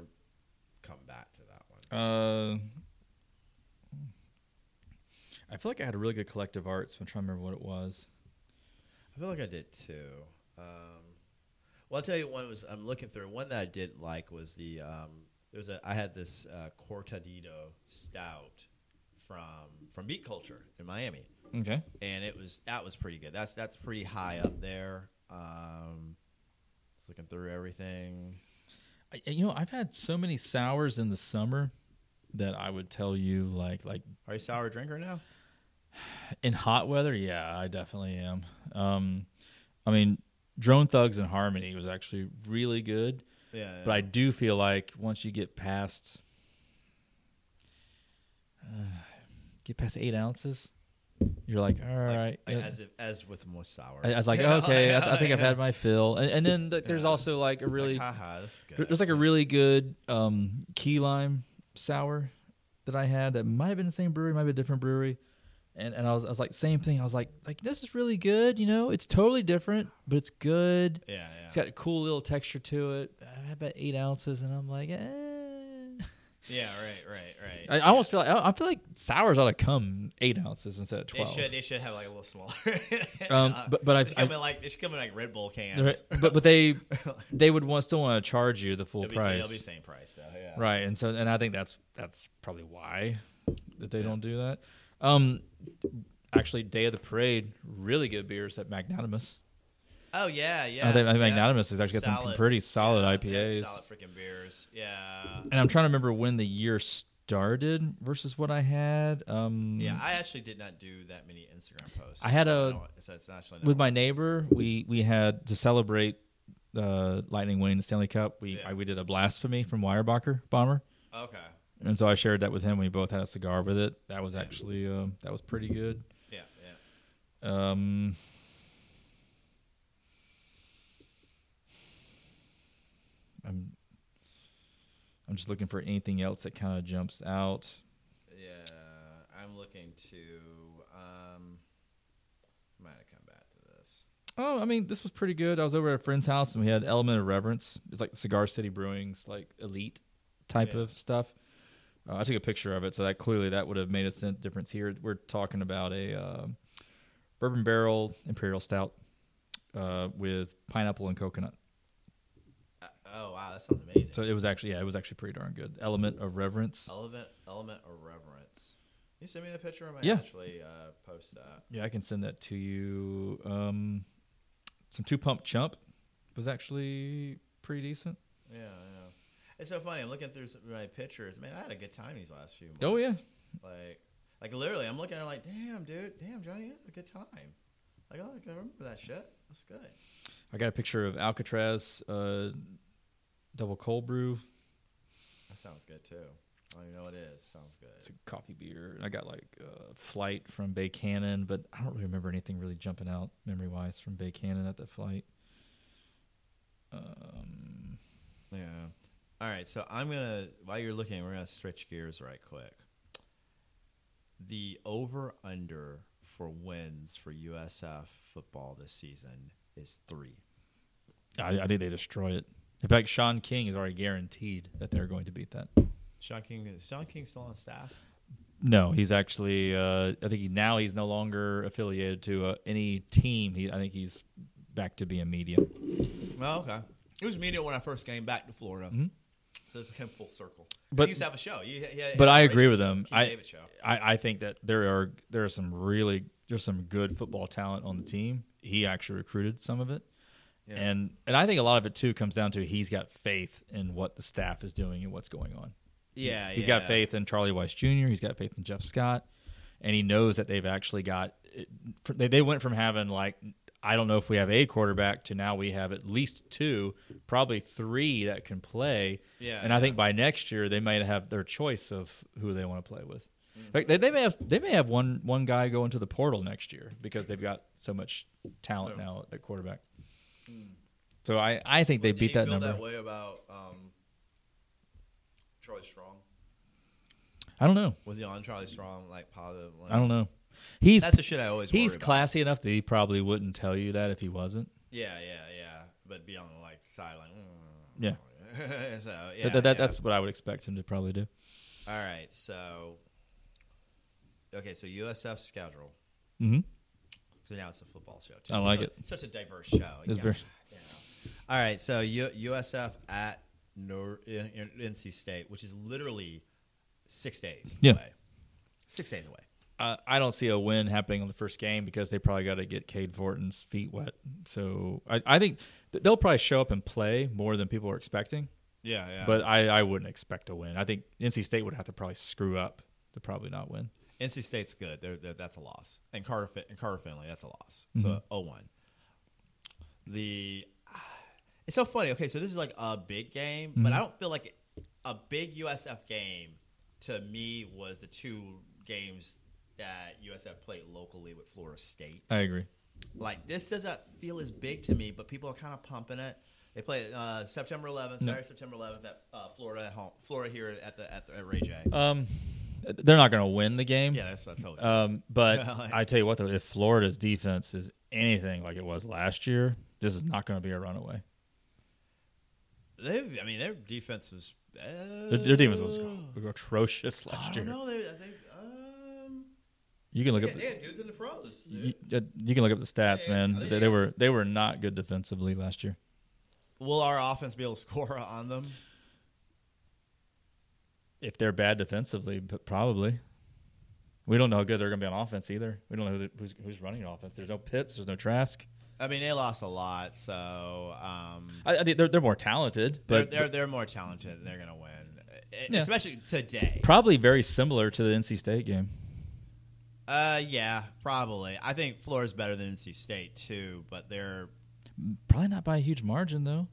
S2: come back to that one.
S3: Uh, I feel like I had a really good collective arts. but I'm trying to remember what it was.
S2: I feel like I did too. Um, well, I'll tell you one was I'm looking through one that I did like was the um, there was a I had this uh, Cortadito stout from from Meat Culture in Miami,
S3: Okay.
S2: and it was that was pretty good. That's that's pretty high up there. Um, just looking through everything.
S3: I, you know, I've had so many sours in the summer that I would tell you, like, like
S2: Are you a sour drinker now?
S3: in hot weather, yeah, I definitely am. Um, I mean, Drone Thugs and Harmony was actually really good,
S2: Yeah,
S3: but I do feel like once you get past, uh, get past eight ounces, you're like, all
S2: like,
S3: right,
S2: like,
S3: yeah.
S2: as if, as with most sours.
S3: I, I was like,
S2: Yeah,
S3: okay, I,
S2: like,
S3: I think I've
S2: yeah.
S3: had my fill, and, and then like, there's
S2: Yeah.
S3: also like a really
S2: Like, haha, this is good.
S3: There's like a really good um, key lime sour that I had that might have been the same brewery, might be a different brewery. And and I was I was like same thing. I was like like this is really good. You know, it's totally different, but it's good.
S2: yeah, yeah.
S3: It's got a cool little texture to it. I had about eight ounces, and I'm like, eh.
S2: yeah, right, right, right.
S3: I, I almost feel like I, I feel like sours ought to come eight ounces instead of
S2: They
S3: twelve.
S2: should. They should have like a little smaller.
S3: Um, but- but I-
S2: they should come
S3: I-
S2: in like they should come in like Red Bull cans.
S3: They're- but but they they would want still want to charge you the full
S2: It'll be,
S3: price.
S2: it'll be same price though. Yeah.
S3: Right, and so and I think that's that's probably why that they don't do that. Um, actually, Day of the Parade, really good beers at Magnanimous.
S2: Oh yeah, yeah.
S3: I think, I think
S2: yeah.
S3: Magnanimous has actually got some
S2: Solid.
S3: pretty solid
S2: Yeah,
S3: IPAs,
S2: yeah, solid freaking beers. Yeah.
S3: and I'm trying to remember when the year started versus what I had. Um,
S2: Yeah, I actually did not do that many Instagram posts.
S3: I had
S2: So
S3: a-
S2: don't- so it's not actually
S3: with my neighbor, we we had to celebrate uh, Lightning winning the Stanley Cup. We
S2: Yeah.
S3: I, we did a blasphemy from Weyerbacher bomber,
S2: okay.
S3: and so I shared that with him. We both had a cigar with it. That was actually um, that was pretty good.
S2: Yeah, yeah.
S3: Um, I'm I'm just looking for anything else that kind of jumps out.
S2: Yeah, I'm looking to. Um, I might have come back to this.
S3: Oh, I mean, this was pretty good. I was over at a friend's house and we had Element of Reverence. It's like Cigar City Brewing's like elite type
S2: Yeah.
S3: of stuff. Uh, I took a picture of it, so that clearly that would have made a sen- difference here. We're talking about a um bourbon barrel imperial stout uh, with pineapple and coconut.
S2: Uh, oh wow, that sounds amazing.
S3: So it was actually yeah, it was actually pretty darn good. Element of Reverence.
S2: element, element of reverence. Can you send me the picture? I might
S3: Yeah.
S2: actually uh, post that.
S3: Yeah, I can send that to you. Um, some two pump chump was actually pretty decent.
S2: Yeah, yeah. It's so funny. I'm looking through some, my pictures. Man, I had a good time these last few months.
S3: Oh yeah,
S2: Like, like literally, I'm looking at it like, damn, dude, damn, Johnny, you had a good time. Like, oh, I can remember that shit. That's good.
S3: I got a picture of Alcatraz uh, double cold brew.
S2: That sounds good too. I don't even know what it is. Sounds good.
S3: It's a coffee beer. I got like uh, flight from Bay Cannon, but I don't really remember anything really jumping out memory wise from Bay Cannon at that flight. Um,
S2: Yeah. All right. So I'm gonna while you're looking, we're gonna switch gears right quick. The over under for wins for USF football this season is three.
S3: I, I think they destroy it. In fact, Sean King is already guaranteed that they're going to beat that.
S2: Sean King is Sean King still on staff?
S3: No, he's actually. Uh, I think he, now he's no longer affiliated to uh, any team. He, I think he's back to being media.
S2: Well, Oh, okay. It was media when I first came back to Florida, so it's came full circle.
S3: Mm-hmm. But-
S2: he used to have a show. He, he had-
S3: But
S2: he had
S3: I
S2: a
S3: agree
S2: radio
S3: with
S2: show,
S3: him.
S2: Keith
S3: I,
S2: David show.
S3: I I think that there are there are some really there's some good football talent on the team. He actually recruited some of it,
S2: Yeah.
S3: and and I think a lot of it too comes down to he's got faith in what the staff is doing and what's going on.
S2: Yeah,
S3: He's
S2: yeah.
S3: got faith in Charlie Weiss Jr. He's got faith in Jeff Scott, and he knows that they've actually got. it- fr- They they went from having like I don't know if we have a quarterback to now we have at least two, probably three that can play.
S2: Yeah,
S3: and I think by next year they might have their choice of who they want to play with.
S2: Mm-hmm.
S3: Like they, they may have they may have one one guy go into the portal next year because they've got so much talent
S2: Oh.
S3: now at quarterback.
S2: Mm.
S3: So I, I think they
S2: Did
S3: beat
S2: he
S3: that
S2: feel
S3: number.
S2: That way about um, Troy Strong.
S3: I don't know.
S2: Was he on Charlie Strong like positive? Like,
S3: I don't know. He's
S2: That's the shit I always.
S3: He's
S2: worry about.
S3: classy enough that he probably wouldn't tell you that if he wasn't.
S2: Yeah, yeah, yeah. But be on the like sideline. Mm.
S3: Yeah.
S2: so yeah,
S3: But that, that,
S2: yeah.
S3: That's what I would expect him to probably do.
S2: all right. So okay, so USF schedule.
S3: hmm
S2: So now it's a football show. Too.
S3: I like
S2: So-
S3: it.
S2: Such a diverse show.
S3: It's
S2: Yeah.
S3: very-
S2: Yeah. All right, so U- USF at Nor- in, in NC State, which is literally six days
S3: Yeah.
S2: away. Six days away.
S3: Uh, I don't see a win happening on the first game because they probably got to get Cade Vorton's feet wet. So I, I think th- they'll probably show up and play more than people are expecting.
S2: Yeah, yeah.
S3: But I, I wouldn't expect a win. I think NC State would have to probably screw up to probably not win.
S2: NC State's good. They're, they're, that's a loss. And Carter Fin- and Carter Finley, that's a loss. So 0-1. The it's so funny. Okay, so this is like a big game, but I don't feel like a big USF game to me was the two games that USF played locally with Florida State.
S3: I agree.
S2: Like this doesn't feel as big to me, but people are kind of pumping it. They play uh, September 11th, Saturday, September 11th at uh, Florida at home, Florida here at the at, the, at Ray J.
S3: Um, they're not going to win the game.
S2: yeah, that's I told you.
S3: Um, but
S2: Like-
S3: I tell you what, though, if Florida's defense is anything like it was last year, this is not going to be a runaway.
S2: They, I mean, their defense was. Uh,
S3: Their, their defense was atrocious last
S2: I
S3: year.
S2: don't know. They, they, um,
S3: You can look
S2: yeah,
S3: up.
S2: they had dudes in the pros. dude.
S3: You, uh, you can look up the stats,
S2: Yeah,
S3: man.
S2: I think
S3: They, they were
S2: it's-
S3: they were not good defensively last year.
S2: Will our offense be able to score on them?
S3: If they're bad defensively, p- probably. We don't know how good they're going to be on offense either. We don't know who's- who's, who's running offense. There's no Pitts. There's no Trask.
S2: I mean, they lost a lot, so um,
S3: I, I think they're, they're more talented,
S2: they're,
S3: but
S2: they're they're more talented. and They're gonna win. E-,
S3: Yeah.
S2: especially today.
S3: Probably very similar to the NC State game.
S2: Uh, yeah, probably. I think Florida's better than NC State too, but they're
S3: Probably not by a huge margin though.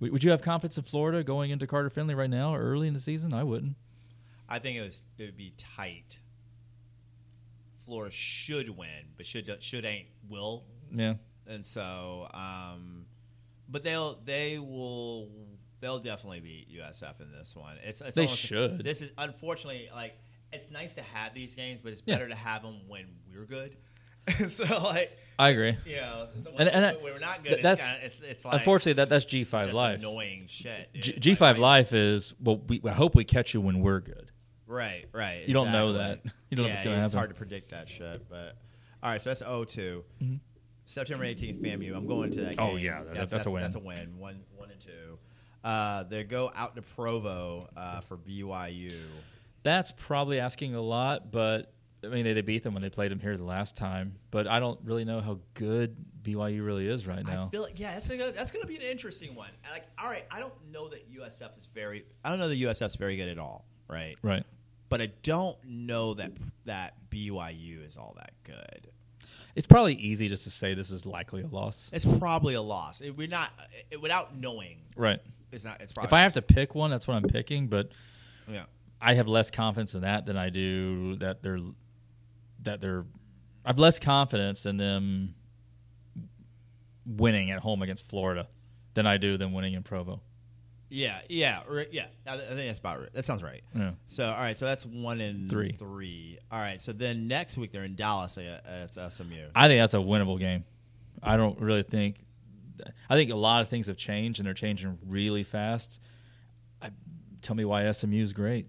S3: Would would you have confidence in Florida going into Carter Finley right now or early in the season? I wouldn't.
S2: I think it was it would be tight. Florida should win, but should should ain't will,
S3: Yeah.
S2: and so um, but they'll they will they'll definitely beat USF in this one. It's, it's
S3: They
S2: almost-
S3: should.
S2: This is unfortunately like it's nice to have these games, but it's
S3: Yeah.
S2: better to have them when we're good. so like
S3: I agree.
S2: you know, so when,
S3: And- and I-
S2: when we're not good,
S3: th-
S2: it's,
S3: that's-
S2: kinda, it's it's like
S3: Unfortunately, that that's G
S2: it's just
S3: five life.
S2: annoying shit. dude.
S3: G
S2: Like,
S3: five life is well. We I hope we catch you when we're good.
S2: Right, right.
S3: You don't know that. You don't know
S2: yeah,
S3: if it's gonna
S2: It's
S3: happen.
S2: hard to predict that shit. But all right, so that's 2 September eighteenth, FAMU. I'm going to that.
S3: Mm-hmm. Oh,
S2: game.
S3: yeah, that- that's a win.
S2: That's a win. One, one and two. Uh, they go out to Provo uh, for BYU.
S3: That's probably asking a lot, but I mean they, they beat them when they played them here the last time. But I don't really know how good BYU really is right
S2: I
S3: now.
S2: feel like yeah, that's gonna that's gonna be an interesting one. And, Like, all right, I don't know that USF is very. I don't know that USF is very good at all. Right,
S3: right.
S2: but I don't know that that BYU is all that good.
S3: It's probably easy just to say this is likely a loss.
S2: It's probably a loss. It- we're not it, without knowing.
S3: Right.
S2: It's not. It's probably
S3: If I have to pick one, that's what I'm picking. But
S2: Yeah.
S3: I have less confidence in that than I do that they're that they're I have less confidence in them winning at home against Florida than I do than winning in Provo.
S2: Yeah, yeah, ri- yeah. I I think that's about right. That sounds right.
S3: Yeah.
S2: So, all right, so that's one in
S3: Three.
S2: Three. All right, so then next week they're in Dallas. uh, uh, It's SMU.
S3: I think that's a winnable game. I don't really think. I think a lot of things have changed and they're changing really fast. I, tell me why SMU is great.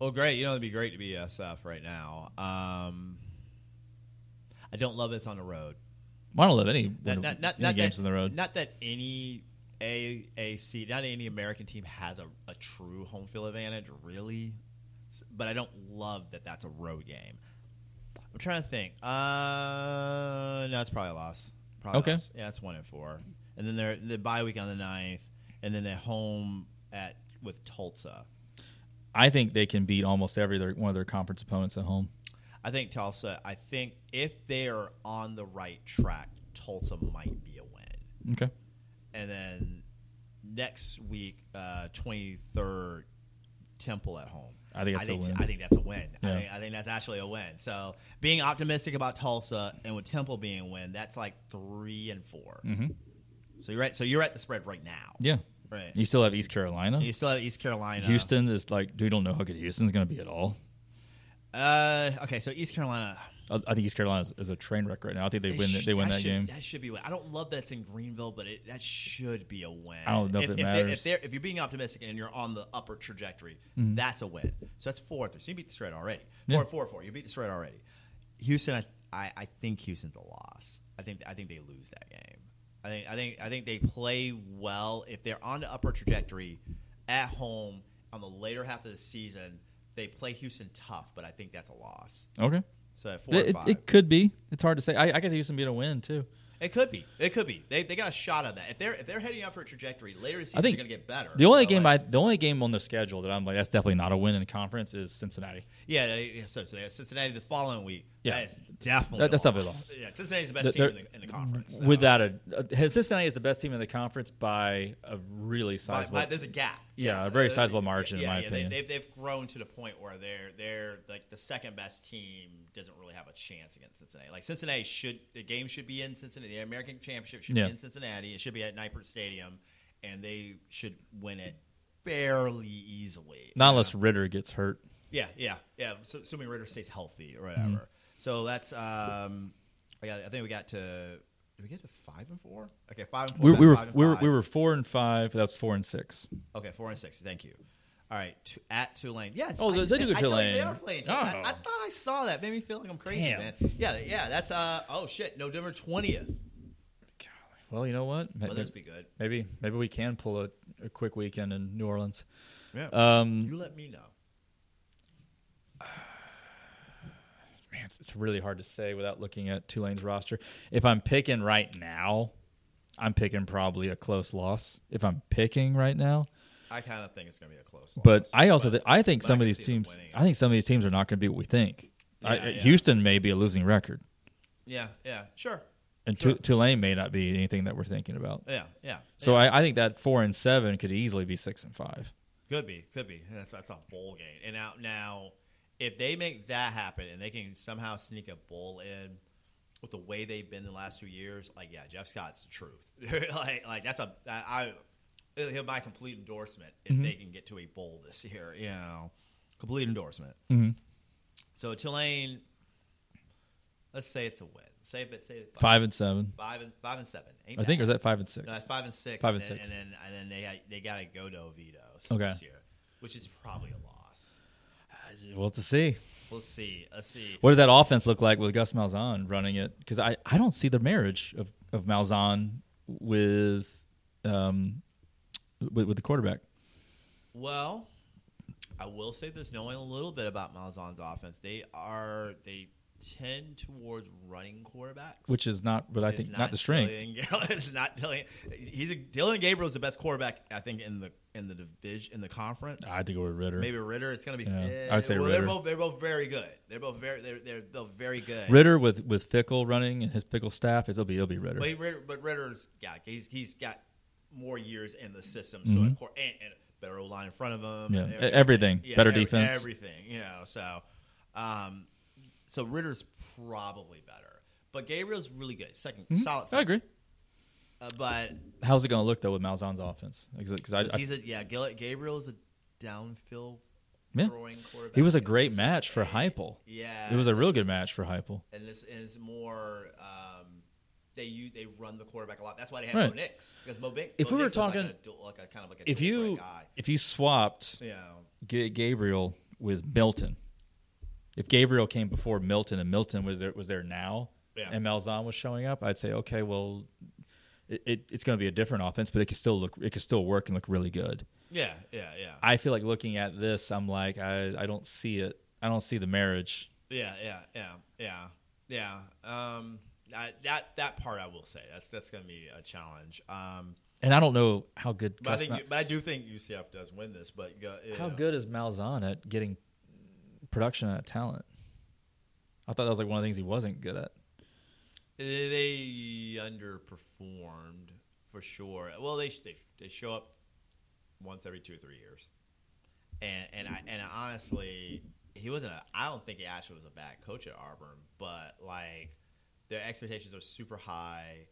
S2: Well, great. You know, it'd be great to be SF right now. Um, I don't love it's on the road.
S3: I don't love any,
S2: Not,
S3: win-
S2: not, not,
S3: any
S2: not
S3: games
S2: that,
S3: on the road.
S2: Not that any AAC, not any American team has a, a true home field advantage, really. S- But I don't love that that's a road game. I'm trying to think. Uh, no, it's probably a loss. Probably a
S3: Okay.
S2: loss. Yeah, it's one and four. And then they're the bye week on the 9th, and then they're home at with Tulsa.
S3: I think they can beat almost every their, one of their conference opponents at home.
S2: I think Tulsa. I think if they are on the right track, Tulsa might be a win.
S3: Okay.
S2: and then next week, uh, 23rd, Temple at home.
S3: I think that's a win.
S2: I think that's a win. I,
S3: Yeah.
S2: think, I think that's actually a win. So being optimistic about Tulsa and with Temple being a win, that's like three and 4 So you're at so you're at the spread right now.
S3: Mm-hmm. Yeah.
S2: Right.
S3: You still have East Carolina.
S2: You still have East Carolina,
S3: Houston is like we don't know how good Houston's going to be at all.
S2: Uh, okay, so East Carolina.
S3: I, I think East Carolina is, is a train wreck right now. I think they, win.
S2: sh-
S3: that they win that
S2: should-
S3: game.
S2: That should be. a win. I don't love that it's in Greenville, but it, that should be a win.
S3: I don't know if
S2: if
S3: it
S2: they're-
S3: matters. Mm-hmm.
S2: If, they're, if you're being optimistic and you're on the upper trajectory, that's a win. So that's four three. So you beat the spread already. Four
S3: Yeah.
S2: four four. You beat the spread already. Houston, I, I, I think Houston's a loss. I think I think they lose that game. I think I think I think they play well if they're on the upper trajectory at home on the later half of the season. They play Houston tough, but I think that's a loss.
S3: okay.
S2: So at four or
S3: It,
S2: five.
S3: it, it could be. It's hard to say. I, I guess Houston being a win too.
S2: It could be. It could be. They, they got a shot on that. If they're if they're heading up for a trajectory later this season,
S3: I think
S2: they're going to get better.
S3: The only
S2: So,
S3: game
S2: like,
S3: I, the only game on their schedule that I'm like, that's definitely not a win in conference is Cincinnati.
S2: yeah, they- yeah, so, so they have Cincinnati the following week.
S3: Yeah.
S2: that is definitely
S3: That- that's
S2: a
S3: definitely a
S2: loss.
S3: loss.
S2: Yeah, Cincinnati's the best
S3: They're-
S2: team in
S3: they're-
S2: the, in the conference. so.
S3: Without a, uh, Cincinnati is the best team in the conference by a really
S2: By-
S3: sizable.
S2: by- there's a gap.
S3: Yeah, a very
S2: there's-
S3: sizable margin, in
S2: yeah,
S3: my
S2: yeah,
S3: opinion.
S2: They, they've they've grown to the point where they're they're like the second best team doesn't really have a chance against Cincinnati. Like Cincinnati should the game should be in Cincinnati. The American Championship should
S3: Yeah.
S2: be in Cincinnati. It should be at Nippert Stadium, and they should win it fairly easily.
S3: not unless Ritter gets hurt.
S2: Yeah, yeah, yeah. So, assuming Ritter stays healthy or
S3: Mm-hmm.
S2: whatever. So that's um, I, got, I think we got to did we get to five and four? Okay, five and four.
S3: We, we
S2: that's
S3: were
S2: five and
S3: we were
S2: five.
S3: we were four and five. That's four and six.
S2: okay four and six. Thank you. All right, t- at Tulane. Yes.
S3: Oh, they- they do go
S2: I told you
S3: Tulane.
S2: They are playing. Tulane. I,
S3: Oh.
S2: I thought I saw that. Made me feel like I'm crazy,
S3: Damn.
S2: man. Yeah, yeah. That's uh. Oh shit, November twentieth.
S3: Well, you know what?
S2: Weather's be good.
S3: Maybe maybe we can pull a, a quick weekend in New Orleans.
S2: Yeah.
S3: Um,
S2: you let me know.
S3: man, it's, it's really hard to say without looking at Tulane's roster. If I'm picking right now, I'm picking probably a close loss. If I'm picking right now,
S2: I- I kind of think it's going to be a close.
S3: But
S2: loss.
S3: I also thi- I think
S2: but I
S3: some
S2: can
S3: of these
S2: see them
S3: teams
S2: winning.
S3: I think some of these teams are not going to be what we think. I,
S2: Yeah, yeah.
S3: Houston may be a losing record,
S2: yeah, yeah, sure,
S3: and
S2: Sure.
S3: Tu- Tulane may not be anything that we're thinking about.
S2: yeah, yeah.
S3: So
S2: yeah.
S3: I, I think that four and seven could easily be six and five.
S2: could be, could be. That's that's a bowl game. And now, now, if they make that happen and they can somehow sneak a bowl in with the way they've been the last two years, like yeah, Jeff Scott's the truth. like, like that's a I. I he'll my complete endorsement if
S3: Mm-hmm.
S2: they can get to a bowl this year. You know, complete endorsement.
S3: Mm-hmm.
S2: So Tulane, let's say it's a win. Say it, say it
S3: Five and seven.
S2: five and five and seven. Ain't
S3: I think or
S2: bad.
S3: is that five and six?
S2: No, it's five and six.
S3: Five
S2: and
S3: and
S2: then,
S3: six.
S2: and then and then they got- they got to go to Oviedo
S3: Okay.
S2: this year, which is probably a loss.
S3: Well, to see.
S2: We'll see. Let's see.
S3: What does that offense look like with Gus Malzahn running it? Because I, I don't see the marriage of, of Malzahn with, um, with with the quarterback.
S2: Well, I will say this, knowing a little bit about Malzahn's offense, they are they tend towards running quarterbacks,
S3: Which is not, but I think not, the strength.
S2: strength. it's not Dylan. He's a, Dylan Gabriel's the best quarterback I think in the in the division in the conference.
S3: I had to go with Ritter.
S2: Maybe Ritter. It's gonna be.
S3: Yeah,
S2: eh,
S3: I would say
S2: well, They're
S3: Ritter.
S2: both. They're both very good. They're both very. They're they're both very good.
S3: Ritter with with Fickle running and his Fickle staff. It'll be it'll be Ritter.
S2: But, he, Ritter, but Ritter's got he's he's got more years in the system, so of course, and, and a better O line in front of him.
S3: Mm-hmm. Yeah,
S2: and
S3: e- everything. Better defense.
S2: everything. You know, so um, so Ritter's probably better, but Gabriel's really good. 2nd solid.
S3: Mm-hmm. I
S2: Second.
S3: agree.
S2: Uh, but
S3: How's it going to look though with Malzahn's offense? Because I,
S2: 'cause
S3: I-
S2: he's a yeah. Gil- Gabriel's a downfield
S3: Yeah.
S2: throwing quarterback.
S3: he was a great
S2: This is
S3: match for
S2: a-
S3: Heupel.
S2: Yeah,
S3: It was a
S2: this
S3: real
S2: is-
S3: good match for Heupel.
S2: and this is more. Um, they you they run the quarterback a lot. That's why they have
S3: Right.
S2: Bo Nix because Bo Nix.
S3: If
S2: Bo
S3: we were
S2: Nix was
S3: talking-
S2: like a, dual- like a kind of like a
S3: If
S2: dual threat
S3: you
S2: guy.
S3: if you swapped
S2: you know,
S3: G- Gabriel with Milton. If Gabriel came before Milton and Milton was there was there now,
S2: Yeah.
S3: and Malzahn was showing up, I'd say okay, well, it, it, it's going to be a different offense, but it could still look it could still work and look really good.
S2: yeah, yeah, yeah,
S3: I feel like looking at this, I'm like I I don't see it. I don't see the marriage.
S2: yeah, yeah, yeah, yeah, yeah. Um, I, that that part I will say that's that's going to be a challenge. Um,
S3: And I don't know how good
S2: but I
S3: Gus
S2: think
S3: Ma-
S2: you- but I do think UCF does win this. But uh, you go- you
S3: how
S2: know.
S3: good is Malzahn at getting production out of talent. I thought that was like one of the things he wasn't good at.
S2: They underperformed for sure. Well, they they, they show up once every two or three years, and and I and honestly, he wasn't. A, I don't think he actually was a bad coach at Auburn, but like their expectations are super high.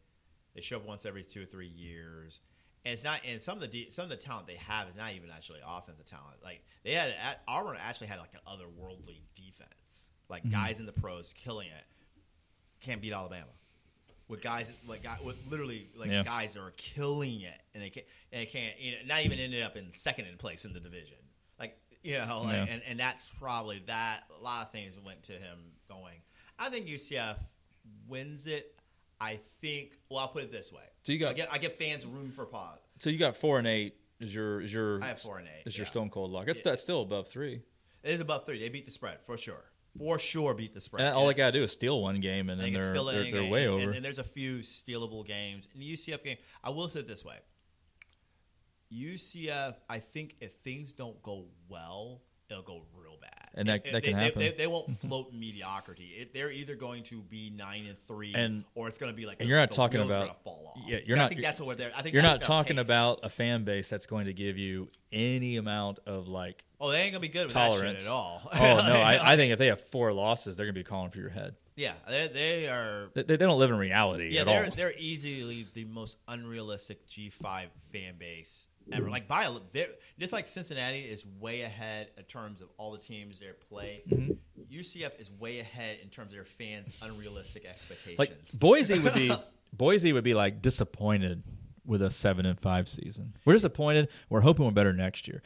S2: They show up once every two or three years, and it's not. And some of the de- some of the talent they have is not even actually offensive talent. Like they had at, Auburn actually had like an otherworldly defense. Like guys in the pros killing it can't beat Alabama. With guys like guy, with literally like
S3: Yeah.
S2: guys that are killing it, and they can't, and they can't, you know, not even ended up in second in place in the division. Like you know, like,
S3: Yeah.
S2: Oh, and and that's probably that. A lot of things went to him going. I think UCF wins it. I think. Well, I'll put it this way.
S3: So you got-
S2: I get, I get fans room for pause.
S3: So you got four and eight. Is your is your
S2: I have four and eight,
S3: Is your
S2: yeah.
S3: Stone Cold lock? That's that's still above three.
S2: It is above three. They beat the spread for sure. For sure, beat the spread.
S3: And all they
S2: And-
S3: gotta do is steal one game, and
S2: I
S3: then
S2: think it's
S3: they're
S2: still
S3: they're,
S2: in
S3: they're
S2: game.
S3: way
S2: And-
S3: over.
S2: And, there's a few stealable games in the UCF game. I will say it this way: UCF, I think if things don't go well, it'll go real bad.
S3: And that-
S2: It-
S3: that
S2: they,
S3: can
S2: they-
S3: happen.
S2: They, they won't float mediocrity. It, they're either going to be nine and three,
S3: And-
S2: or it's going to be like
S3: and you're not
S2: the
S3: talking
S2: wheels are
S3: about-
S2: gonna fall off.
S3: yeah, you're
S2: I
S3: not-
S2: think that's what they're. I think
S3: You're
S2: that's
S3: not
S2: their
S3: talking
S2: pace.
S3: about a fan base that's going to give you any amount of like
S2: Oh, they ain't gonna be good with that
S3: tolerance
S2: shit at all.
S3: oh no, I, I think if they have four losses, they're gonna be calling for your head.
S2: yeah, they, they are.
S3: They, they don't live in reality
S2: Yeah,
S3: at
S2: they're
S3: all.
S2: they're easily the most unrealistic G5 fan base ever.
S3: Mm-hmm.
S2: Like by a li- they're just like Cincinnati is way ahead in terms of all the teams they play.
S3: Mm-hmm.
S2: UCF is way ahead in terms of their fans' unrealistic expectations.
S3: like Boise would be Boise would be like disappointed with a seven and five season. We're disappointed. We're hoping we're better next year.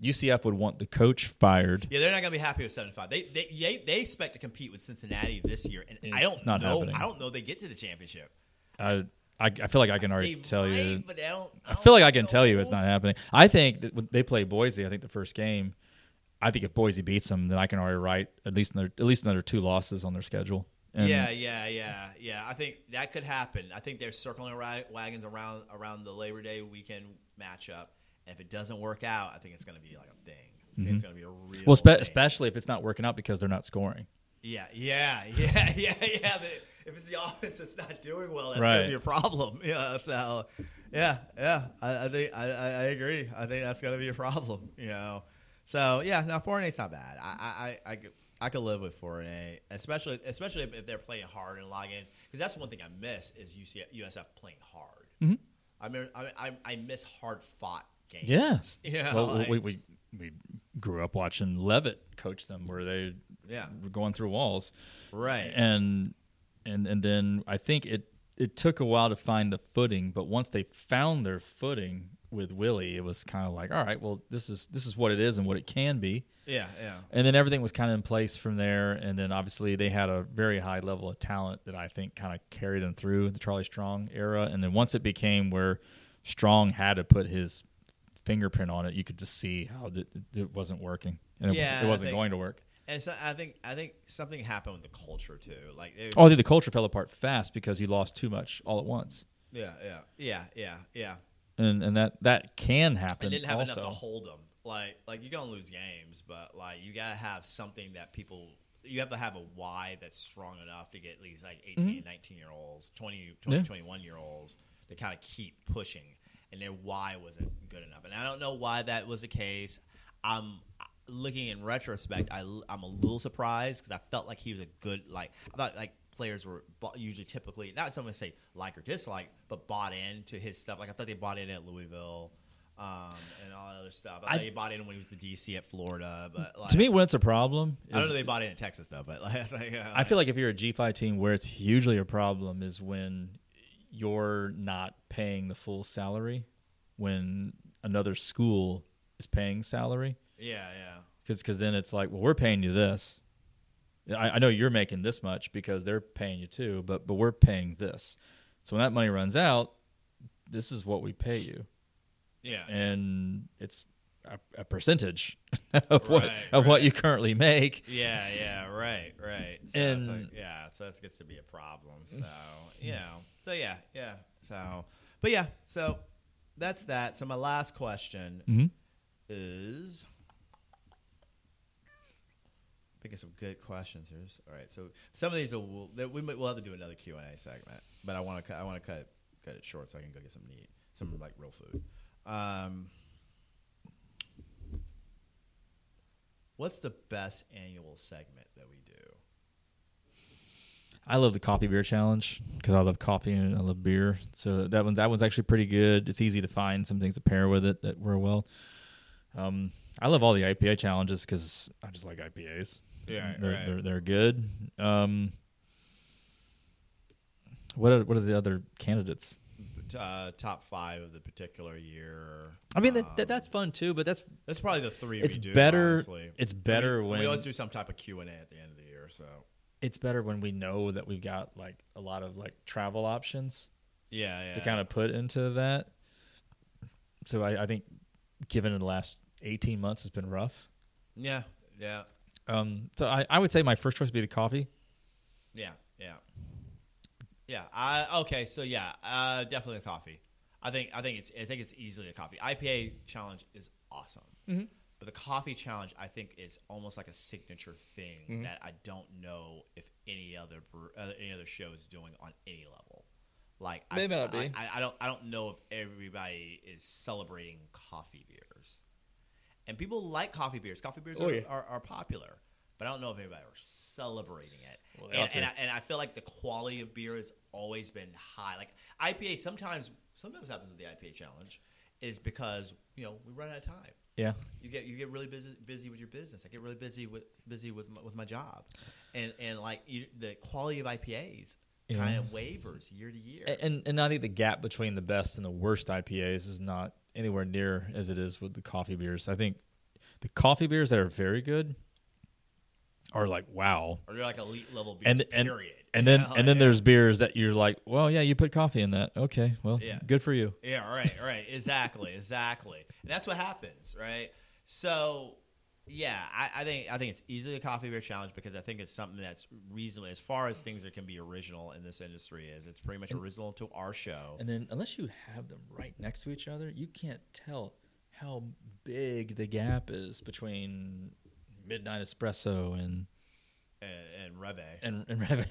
S3: UCF would want the coach fired.
S2: yeah, they're not gonna be happy with seven five. They they, they they expect to compete with Cincinnati this year, and I
S3: It's
S2: don't
S3: not
S2: know.
S3: happening.
S2: I don't know they get to the championship.
S3: I, I I feel like I can
S2: They
S3: already tell
S2: might,
S3: you.
S2: but I, don't,
S3: I feel like I
S2: don't
S3: can tell you it's
S2: know.
S3: not happening. I think that when they play Boise. I think the first game. I think if Boise beats them, then I can already write at least another, at least another two losses on their schedule. And
S2: yeah, yeah, yeah, yeah. I think that could happen. I think they're circling ra- wagons around around the Labor Day weekend matchup, And if it doesn't work out, I think it's going to be like a thing. I think It's going to be a real.
S3: Mm-hmm. Well, spe-
S2: thing.
S3: especially if it's not working out because they're not scoring.
S2: Yeah, yeah, yeah, yeah, yeah. The, if it's the offense that's not doing well, that's
S3: Right.
S2: gonna be a problem. Yeah, that's how. Yeah, yeah. I, I think I, I I agree. I think that's gonna be a problem. You know. So yeah, now four and eight's not bad. I I I, I could, I could live with four and eight, especially especially if, if they're playing hard in a lot of games. Because that's one thing I miss is UCF, USF playing hard.
S3: Mm-hmm.
S2: I mean, I, I I miss hard fought games. Yeah.
S3: Well,
S2: like-
S3: we, we we grew up watching Levitt coach them where they
S2: Yeah.
S3: were going through walls.
S2: right.
S3: and and and then I think it it took a while to find the footing, but once they found their footing with Willie, it was kind of like, all right, well, this is this is what it is and what it can be,
S2: yeah, yeah.
S3: and then everything was kind of in place from there. And then obviously they had a very high level of talent that I think kind of carried them through the Charlie Strong era. And then once it became where Strong had to put his fingerprint on it, you could just see how th- th- it wasn't working and it,
S2: Yeah,
S3: was, it
S2: I
S3: wasn't
S2: think-
S3: going to work.
S2: And so I think I think something happened with the culture too. Like it,
S3: Oh, I think the culture fell apart fast because he lost too much all at once,
S2: yeah, yeah, yeah, yeah, yeah.
S3: and and that that can
S2: They
S3: happen.
S2: didn't have
S3: also,
S2: enough to hold them. Like like you're gonna lose games, but like you gotta have something that people. You have to have a why that's strong enough to get these like 18 and 19 year olds, 20, 20
S3: Mm-hmm. Yeah.
S2: 21 year olds to kind of keep pushing. And their why wasn't good enough. And I don't know why that was the case. I'm looking in retrospect, I, am a little surprised because I felt like he was a good, like, I thought like players were bu- usually typically, not someone to say like or dislike, but bought into his stuff. Like, I thought they bought in at Louisville. Um, and all that other stuff. I,
S3: I-
S2: thought they bought in when he was the DC at Florida, but like,
S3: to me, when it's a problem,
S2: I don't
S3: is-
S2: know. They bought in at Texas though, but like, it's like, yeah,
S3: I feel like if you're a G5 team, where it's usually a problem is when you're not paying the full salary when another school is paying salary.
S2: yeah, yeah.
S3: Because then it's like, well, we're paying you this. I, I know you're making this much because they're paying you too, but but we're paying this. So when that money runs out, this is what we pay you.
S2: Yeah,
S3: and it's a, a percentage of what
S2: Right,
S3: of what
S2: right.
S3: you currently make.
S2: yeah, yeah, right, right. So it's
S3: And-
S2: like, yeah, so that gets to be a problem. So you know, so yeah, yeah. So, but yeah, so that's that. So my last question is, thinking some good questions here. All right, so some of these will we'll, that we might, we'll have to do another Q and A segment, but I want to I want to cut cut it short so I can go get some meat, some like real food. Um, what's the best annual segment that we do?
S3: I love the coffee beer challenge because I love coffee and I love beer. So that one's that one's actually pretty good. It's easy to find some things to pair with it that were well. Um, I love all the IPA challenges because I just like IPAs.
S2: Yeah, right,
S3: they're,
S2: right.
S3: they're they're good. Um, what are, what are the other candidates?
S2: uh, top five of the particular year.
S3: I mean, that, that, that's fun too, but that's
S2: That's probably the three
S3: it's
S2: we do.
S3: better.
S2: honestly.
S3: It's better
S2: we,
S3: when
S2: we always do some type of Q and A at the end of the year. So
S3: it's better when we know that we've got like a lot of like travel options
S2: yeah, yeah.
S3: to kind of put into that. So I, I think, given the last eighteen months, has been rough.
S2: yeah, yeah,
S3: Um, so I, I would say my first choice would be the coffee.
S2: yeah, yeah, yeah. I okay. So yeah, uh, definitely a coffee. I think I think it's I think it's easily a coffee. IPA challenge is awesome.
S3: Mm-hmm.
S2: But the coffee challenge, I think, is almost like a signature thing
S3: Mm-hmm.
S2: that I don't know if any other bre- uh, any other show is doing on any level. Like I-
S3: They may not
S2: I,
S3: be.
S2: I, I don't I don't know if everybody is celebrating coffee beers, and people like coffee beers. Coffee beers
S3: Oh,
S2: are,
S3: yeah.
S2: are, are popular, but I don't know if anybody are celebrating it.
S3: Well, they ought
S2: and,
S3: to.
S2: and I, and I feel like the quality of beer has always been high. Like IPA sometimes sometimes happens with the IPA challenge is because you know we run out of time
S3: Yeah,
S2: you get you get really busy busy with your business. I get really busy with busy with my, with my job, and and like you, the quality of IPAs kind of wavers year to year.
S3: A- and and I think the gap between the best and the worst IPAs is not anywhere near as it is with the coffee beers. I think the coffee beers that are very good are like wow,
S2: or they're like elite level beers.
S3: and and
S2: period.
S3: and
S2: You
S3: then
S2: know,
S3: and then
S2: like,
S3: there's beers that you're like, well, yeah, you put coffee in that. Okay, well,
S2: Yeah.
S3: good for you.
S2: Yeah, right, right. Exactly, exactly. And that's what happens, right? So, yeah, I, I think I think it's easily a coffee beer challenge because I think it's something that's reasonable as far as things that can be original in this industry is. It's pretty much original to our show.
S3: And then unless you have them right next to each other, you can't tell how big the gap is between Midnight Espresso and
S2: and, and Reve.
S3: and, and Reve.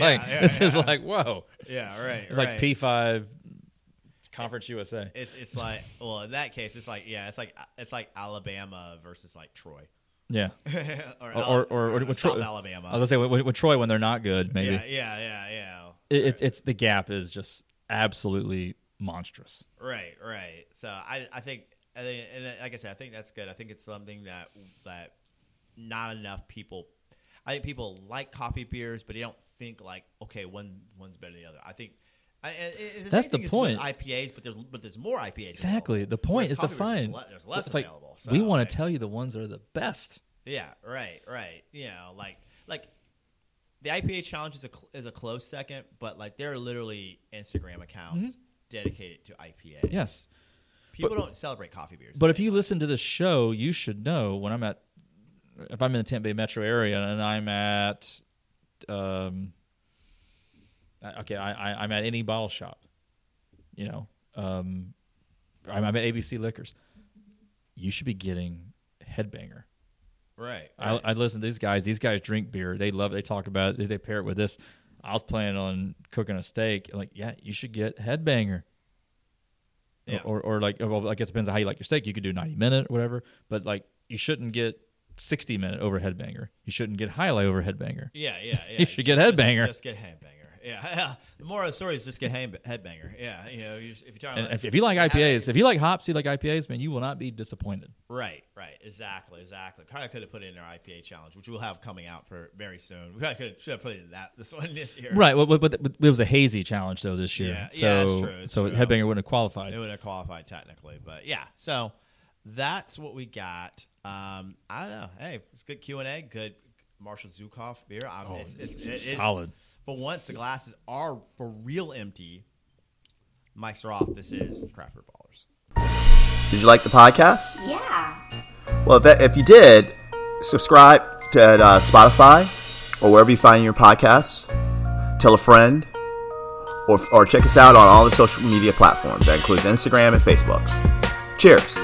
S2: yeah,
S3: like
S2: yeah,
S3: this is like whoa.
S2: Yeah, right.
S3: It's
S2: right.
S3: like P five Conference USA.
S2: It's it's like well in that case it's like yeah it's like it's like Alabama versus like Troy
S3: Yeah,
S2: or
S3: or
S2: Al-
S3: or, or, when
S2: South
S3: Troy-
S2: Alabama.
S3: I was gonna say with, with Troy when they're not good, maybe
S2: yeah, yeah, yeah, yeah.
S3: it, it, it's the gap is just absolutely monstrous.
S2: Right, right. So I, I think, I think, and uh, like I said, I think that's good. I think it's something that that not enough people. I think people like coffee beers, but they don't think like, okay, one one's better than the other. I think. I, and it- it's
S3: That's
S2: same thing
S3: the
S2: as with
S3: point.
S2: IPAs, but there's but there's more IPAs.
S3: Exactly.
S2: available.
S3: The point
S2: Whereas
S3: is to
S2: coffee beers,
S3: find
S2: There's, le- there's less
S3: it's like,
S2: available.
S3: we
S2: So,
S3: want
S2: like,
S3: to tell you the ones that are the best.
S2: Yeah. Right. Right. You know, like like the IPA challenge is a cl- is a close second, but like there are literally Instagram accounts dedicated to IPA.
S3: Mm-hmm. Yes.
S2: People don't celebrate coffee beers.
S3: But if you listen to this show, you should know when I'm at, if I'm in the Tampa Bay metro area and I'm at, um, I- okay, I, I, I'm at any bottle shop, you know, um, I'm, I'm at ABC Liquors. You should be getting Headbanger.
S2: Right.
S3: I, I listen to these guys. These guys drink beer. They love it. They talk about it. They, they pair it with this. I was planning on cooking a steak. Like, yeah, you should get headbanger.
S2: Yeah.
S3: Or, or like, well, I guess it depends on how you like your steak. You could do 90 minute or whatever, but like, you shouldn't get 60 minute over headbanger. You shouldn't get highlight over headbanger.
S2: yeah, yeah, yeah.
S3: You should get
S2: Just-
S3: headbanger.
S2: Just, get headbanger. Yeah, yeah. The moral of the story is just get hand, headbanger. Yeah, you know, you just, if you're talking
S3: And
S2: about
S3: if, if you like
S2: having-
S3: IPAs, if you like hops, you like IPAs, man, you will not be disappointed.
S2: right, right, exactly, exactly. Probably could have put it in our IPA challenge, which we'll have coming out for very soon. We probably could should have put it in that this one this year.
S3: Right. Well, but, but, but it was a hazy challenge though this year.
S2: Yeah,
S3: so,
S2: yeah, that's true, that's
S3: so
S2: true.
S3: headbanger wouldn't have qualified.
S2: It would have qualified technically, but yeah. So that's what we got. Um, I don't know. Hey, it's good Q and A. Good Marshall Zukov beer. I'm,
S3: Oh,
S2: it's,
S3: it's
S2: it's, it is-
S3: solid.
S2: But once the glasses are for real empty, mics are off. This is Craft Beer Ballers.
S1: Did you like the podcast?
S4: Yeah.
S1: Well, if, that, if you did, subscribe to uh, Spotify or wherever you find your podcasts. Tell a friend, or, or check us out on all the social media platforms. That includes Instagram and Facebook. Cheers.